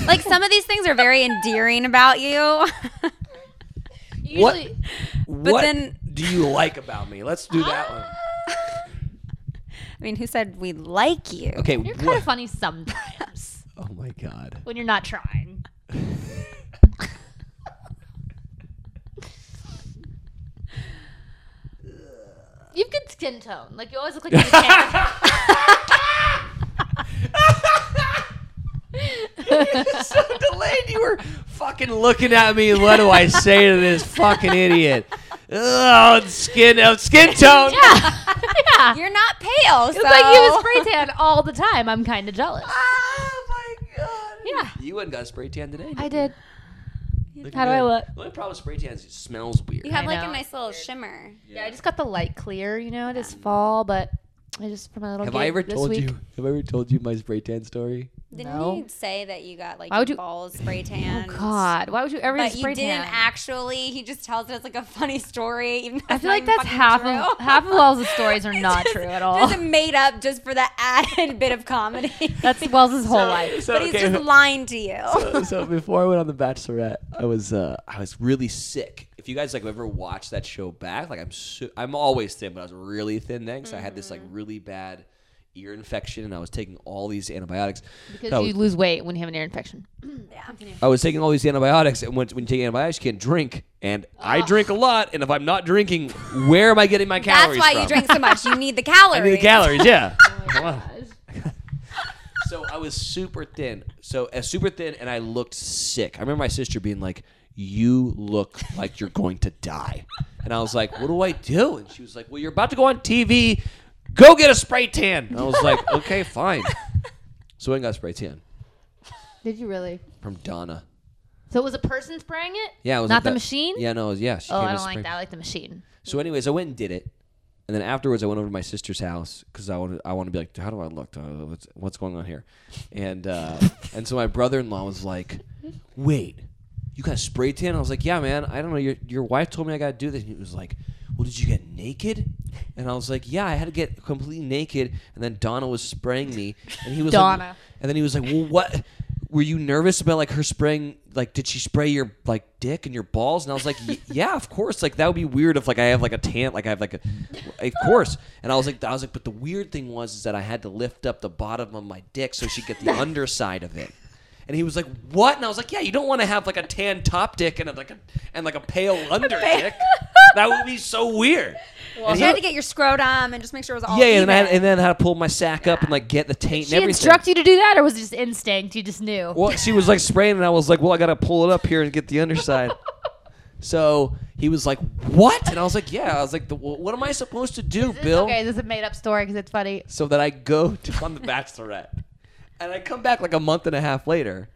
Speaker 5: Like some of these things are very endearing about you.
Speaker 1: what?
Speaker 6: Usually,
Speaker 1: what
Speaker 5: then-
Speaker 1: do you like about me? Let's do that one.
Speaker 5: I mean, who said we like you?
Speaker 1: Okay.
Speaker 6: you're
Speaker 1: what-
Speaker 6: kind of funny sometimes
Speaker 1: oh my god.
Speaker 6: when you're not trying. You've good skin tone. Like you always look like you're tan.
Speaker 1: so delayed. You were fucking looking at me. What do I say to this fucking idiot? oh, skin, oh, skin tone.
Speaker 5: You're not pale, so
Speaker 6: It's like he was spray tan all the time. I'm kind of jealous.
Speaker 1: Oh my god.
Speaker 6: Yeah.
Speaker 1: You went and got a spray tan today.
Speaker 6: I did.
Speaker 1: Look
Speaker 6: How do
Speaker 1: good.
Speaker 6: I look?
Speaker 1: The only problem with spray tan is it smells weird.
Speaker 5: You have
Speaker 6: I
Speaker 5: like
Speaker 6: know.
Speaker 5: a nice little shimmer.
Speaker 6: Yeah, I just got the light clear. You know, it is fall, but I just for my little.
Speaker 1: Have
Speaker 6: gig
Speaker 1: I ever
Speaker 6: this
Speaker 1: told
Speaker 6: week.
Speaker 1: you? Have I ever told you my spray tan story?
Speaker 5: Didn't
Speaker 6: No.
Speaker 5: you say that you got like
Speaker 6: Why would
Speaker 5: your
Speaker 6: you- Oh,
Speaker 5: balls spray tan?
Speaker 6: God, why would you ever
Speaker 5: But you
Speaker 6: spray
Speaker 5: didn't
Speaker 6: tan?
Speaker 5: actually. He just tells it as like a funny story. Even though
Speaker 6: I
Speaker 5: it's
Speaker 6: feel
Speaker 5: not
Speaker 6: like
Speaker 5: even
Speaker 6: that's
Speaker 5: fucking
Speaker 6: half of
Speaker 5: true.
Speaker 6: half of Wells' stories are not
Speaker 5: Just-
Speaker 6: true at all.
Speaker 5: Just made up just for the added bit of comedy.
Speaker 6: That's Wells' whole life.
Speaker 1: So,
Speaker 5: but he's just lying to you.
Speaker 1: so before I went on the Bachelorette, I was uh, I was really sick. If you guys like have ever watched that show back, like I'm so, I'm always thin, but I was really thin then because I had this like really bad ear infection and I was taking all these antibiotics.
Speaker 6: Because
Speaker 1: I
Speaker 6: you
Speaker 1: was,
Speaker 6: lose weight when you have an ear infection.
Speaker 1: I was taking all these antibiotics, and when, when you take antibiotics, you can't drink. And I drink a lot, and if I'm not drinking, where am I getting my
Speaker 5: That's
Speaker 1: calories?
Speaker 5: why
Speaker 1: from?
Speaker 5: you drink Oh so much. You need the calories.
Speaker 1: I need the calories, yeah. Wow. so I was super thin. So uh, super thin, and I looked sick. I remember my sister being like, "You look like you're going to die," and I was like, "What do I do?" And she was like, "Well, you're about to go on TV. Go get a spray tan." And I was like, "Okay, fine." So I got a spray tan
Speaker 6: Did you really?
Speaker 1: from Donna.
Speaker 6: So it was a person spraying it?
Speaker 1: Yeah, it was
Speaker 6: Not
Speaker 1: like
Speaker 6: the
Speaker 1: that-
Speaker 6: machine?
Speaker 1: Yeah, no, it was, yeah. She
Speaker 6: Oh,
Speaker 1: came
Speaker 6: I
Speaker 1: to
Speaker 6: don't
Speaker 1: spray-
Speaker 6: like that. I like the machine.
Speaker 1: So, anyways, I went and did it, and then afterwards, I went over to my sister's house because I wanted I want to be like, how do I look? Uh, What's what's going on here? And uh, and so my brother in law was like, wait, you got spray tan? I was like, yeah, man. I don't know. Your your wife told me I got to do this, and he was like. Well, did you get naked? And I was like, yeah, I had to get completely naked. And then Donna was spraying me, and he was Like,
Speaker 6: Donna.
Speaker 1: and then he was like, well, what? Were you nervous about like her spraying? Like, did she spray your like dick and your balls? And I was like, "Y- yeah, of course. Like that would be weird if like I have like a tan, like I have like a, of course. And I was like, I was like, but the weird thing was is that I had to lift up the bottom of my dick so she'd get the underside of it. And he was like, "What?" And I was like, "Yeah, you don't want to have like a tan top dick and a, like a and like a pale under dick. That would be so weird." And
Speaker 5: You
Speaker 1: he-
Speaker 5: had to get your scrotum and just make sure it was all.
Speaker 1: yeah, yeah, and, I had,
Speaker 5: even.
Speaker 1: and then I had to pull my sack up and like get the taint
Speaker 6: She
Speaker 1: and everything.
Speaker 6: instruct you to do that, or was it just instinct? You just knew.
Speaker 1: Well, she was like spraying, and I was like, "Well, I gotta pull it up here and get the underside." so he was like, "What?" And I was like, "Yeah." I was like, "The- wh- "What am I supposed to do,
Speaker 6: This-
Speaker 1: Bill?"
Speaker 6: Okay, this is a made up story because it's funny.
Speaker 1: So that I go to on the Bachelorette, and I come back like a month and a half later,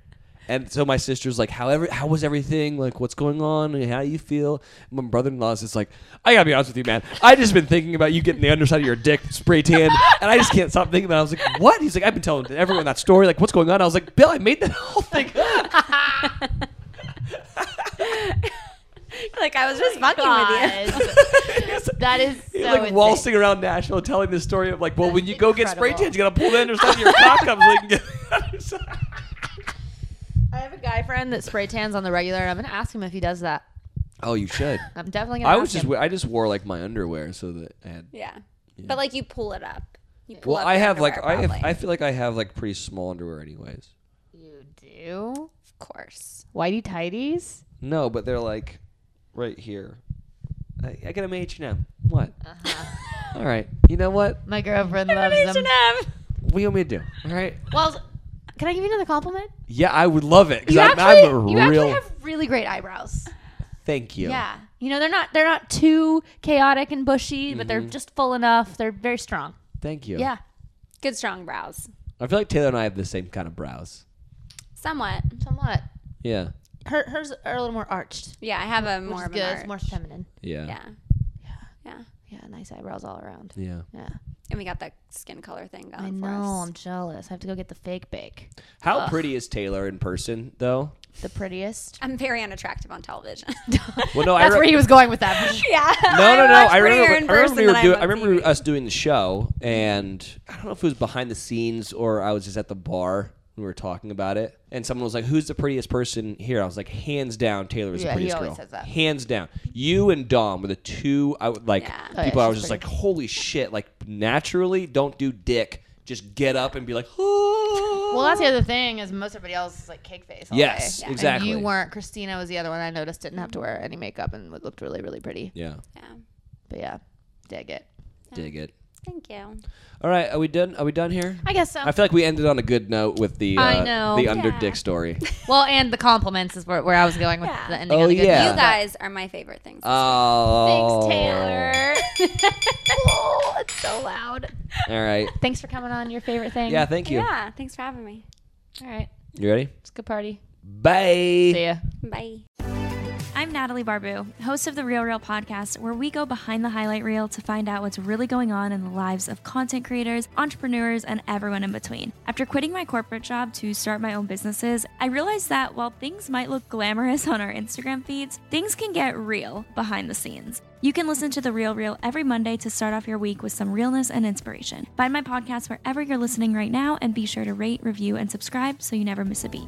Speaker 1: and so my sister's like, "How ever, how was everything? Like, what's going on? And how do you feel?" My brother-in-law's just like, "I gotta be honest with you, man. I just been thinking about you getting the underside of your dick spray tan, and I just can't stop thinking about." it. I was like, "What?" He's like, "I've been telling everyone that story. Like, what's going on?" I was like, "Bill, I made that whole thing up."
Speaker 5: like
Speaker 6: Oh
Speaker 5: I was just fucking with you.
Speaker 6: Guys, that is so
Speaker 1: He's like
Speaker 6: insane.
Speaker 1: waltzing around Nashville, telling the story of like, well, when you go get spray
Speaker 6: incredible.
Speaker 1: tans, you gotta pull the underside of your cock up so you can get the underside.
Speaker 6: I have a guy friend that spray tans on the regular, and I'm gonna ask him if he does that.
Speaker 1: Oh, you should.
Speaker 6: I'm definitely gonna.
Speaker 1: I
Speaker 6: ask
Speaker 1: was just
Speaker 6: him.
Speaker 1: we- I just wore like my underwear so that I had.
Speaker 5: Yeah. But like you pull it up. You pull
Speaker 1: Well,
Speaker 5: up
Speaker 1: I
Speaker 5: your
Speaker 1: have like I
Speaker 5: underwear,
Speaker 1: have
Speaker 5: probably.
Speaker 1: I feel like I have like pretty small underwear anyways.
Speaker 6: You do
Speaker 5: of course.
Speaker 6: whitey tidies.
Speaker 1: No, but they're like right here. I, I get them H and M. What?
Speaker 6: Uh-huh.
Speaker 1: All right. You know what?
Speaker 6: My girlfriend loves them.
Speaker 1: What do you want me to do? All right.
Speaker 6: Well, can I give you another compliment?
Speaker 1: Yeah, I would love it because
Speaker 6: You
Speaker 1: I'm,
Speaker 6: actually,
Speaker 1: I'm a
Speaker 6: you
Speaker 1: real.
Speaker 6: actually have really great eyebrows.
Speaker 1: Thank you.
Speaker 6: Yeah, you know they're not they're not too chaotic and bushy,
Speaker 1: Mm-hmm.
Speaker 6: but they're just full enough. They're very strong.
Speaker 1: Thank you.
Speaker 6: Yeah,
Speaker 5: Good strong brows.
Speaker 1: I feel like Taylor and I have the same kind of brows.
Speaker 5: Somewhat.
Speaker 6: somewhat.
Speaker 1: Yeah.
Speaker 6: Her, hers are a little more arched,
Speaker 5: Yeah, I have a
Speaker 6: which
Speaker 5: more
Speaker 6: is
Speaker 5: of
Speaker 6: good.
Speaker 5: an
Speaker 6: It's
Speaker 5: arch.
Speaker 6: more feminine.
Speaker 1: Yeah.
Speaker 5: Yeah. Yeah.
Speaker 6: Yeah, nice eyebrows all around.
Speaker 1: Yeah.
Speaker 6: Yeah,
Speaker 5: And we got that skin color thing going
Speaker 6: I
Speaker 5: for
Speaker 6: know.
Speaker 5: us.
Speaker 6: I'm jealous. I have to go get the fake bake.
Speaker 1: How pretty is Taylor in person, though?
Speaker 6: The prettiest.
Speaker 5: I'm very unattractive on television.
Speaker 1: Well, no,
Speaker 6: That's
Speaker 1: I
Speaker 6: where
Speaker 1: re-
Speaker 6: he was going with that.
Speaker 5: yeah.
Speaker 1: no, no, no.
Speaker 5: much
Speaker 1: I remember.
Speaker 5: prettier in
Speaker 1: I remember, we
Speaker 5: person
Speaker 1: were
Speaker 5: than
Speaker 1: doing-
Speaker 5: am
Speaker 1: I
Speaker 5: on
Speaker 1: remember
Speaker 5: TV.
Speaker 1: us doing the show, and I don't know if it was behind the scenes or I was just at the bar. when We were talking about it, and someone was like, "Who's the prettiest person here?" I was like, "Hands down, Taylor was
Speaker 6: Yeah,
Speaker 1: the
Speaker 6: he
Speaker 1: prettiest
Speaker 6: always
Speaker 1: girl.
Speaker 6: says that.
Speaker 1: Hands down, you and Dom were the two. I would like
Speaker 5: Yeah.
Speaker 6: yeah,
Speaker 1: people. I was
Speaker 6: she's
Speaker 1: just like, "Holy shit!" Like naturally, don't do dick. Just get up and be like, "Oh."
Speaker 6: Well, that's the other thing is most everybody else is like cake face. All
Speaker 1: Yes,
Speaker 6: day.
Speaker 1: exactly.
Speaker 6: And you weren't. Christina was the other one I noticed didn't have to wear any makeup and looked really, really pretty.
Speaker 1: yeah,
Speaker 5: Yeah.
Speaker 6: But yeah, dig it.
Speaker 1: dig it.
Speaker 5: Thank you.
Speaker 1: All right, are we done? Are we done here?
Speaker 6: I guess so.
Speaker 1: I feel like we ended on a good note with the uh,
Speaker 6: I know.
Speaker 1: the
Speaker 6: Yeah.
Speaker 1: under dick story.
Speaker 6: well, and the compliments is where, where I was going with the ending.
Speaker 1: Oh,
Speaker 6: on a good
Speaker 1: yeah. Uh,
Speaker 6: note.
Speaker 5: You guys are my favorite things.
Speaker 1: Oh,
Speaker 2: Thanks, Taylor. oh, it's so loud.
Speaker 1: All right,
Speaker 6: Thanks for coming on. Your favorite thing.
Speaker 1: yeah, thank you.
Speaker 5: yeah. Thanks for having me.
Speaker 6: All right.
Speaker 1: You ready?
Speaker 6: It's a good party.
Speaker 1: Bye.
Speaker 6: See ya.
Speaker 5: Bye.
Speaker 10: I'm Natalie Barbu, host of the Real Reel podcast, where we go behind the highlight reel to find out what's really going on in the lives of content creators, entrepreneurs, and everyone in between. After quitting my corporate job to start my own businesses, I realized that while things might look glamorous on our Instagram feeds, things can get real behind the scenes. You can listen to The Real Reel every Monday to start off your week with some realness and inspiration. Find my podcast wherever you're listening right now and be sure to rate, review, and subscribe so you never miss a beat.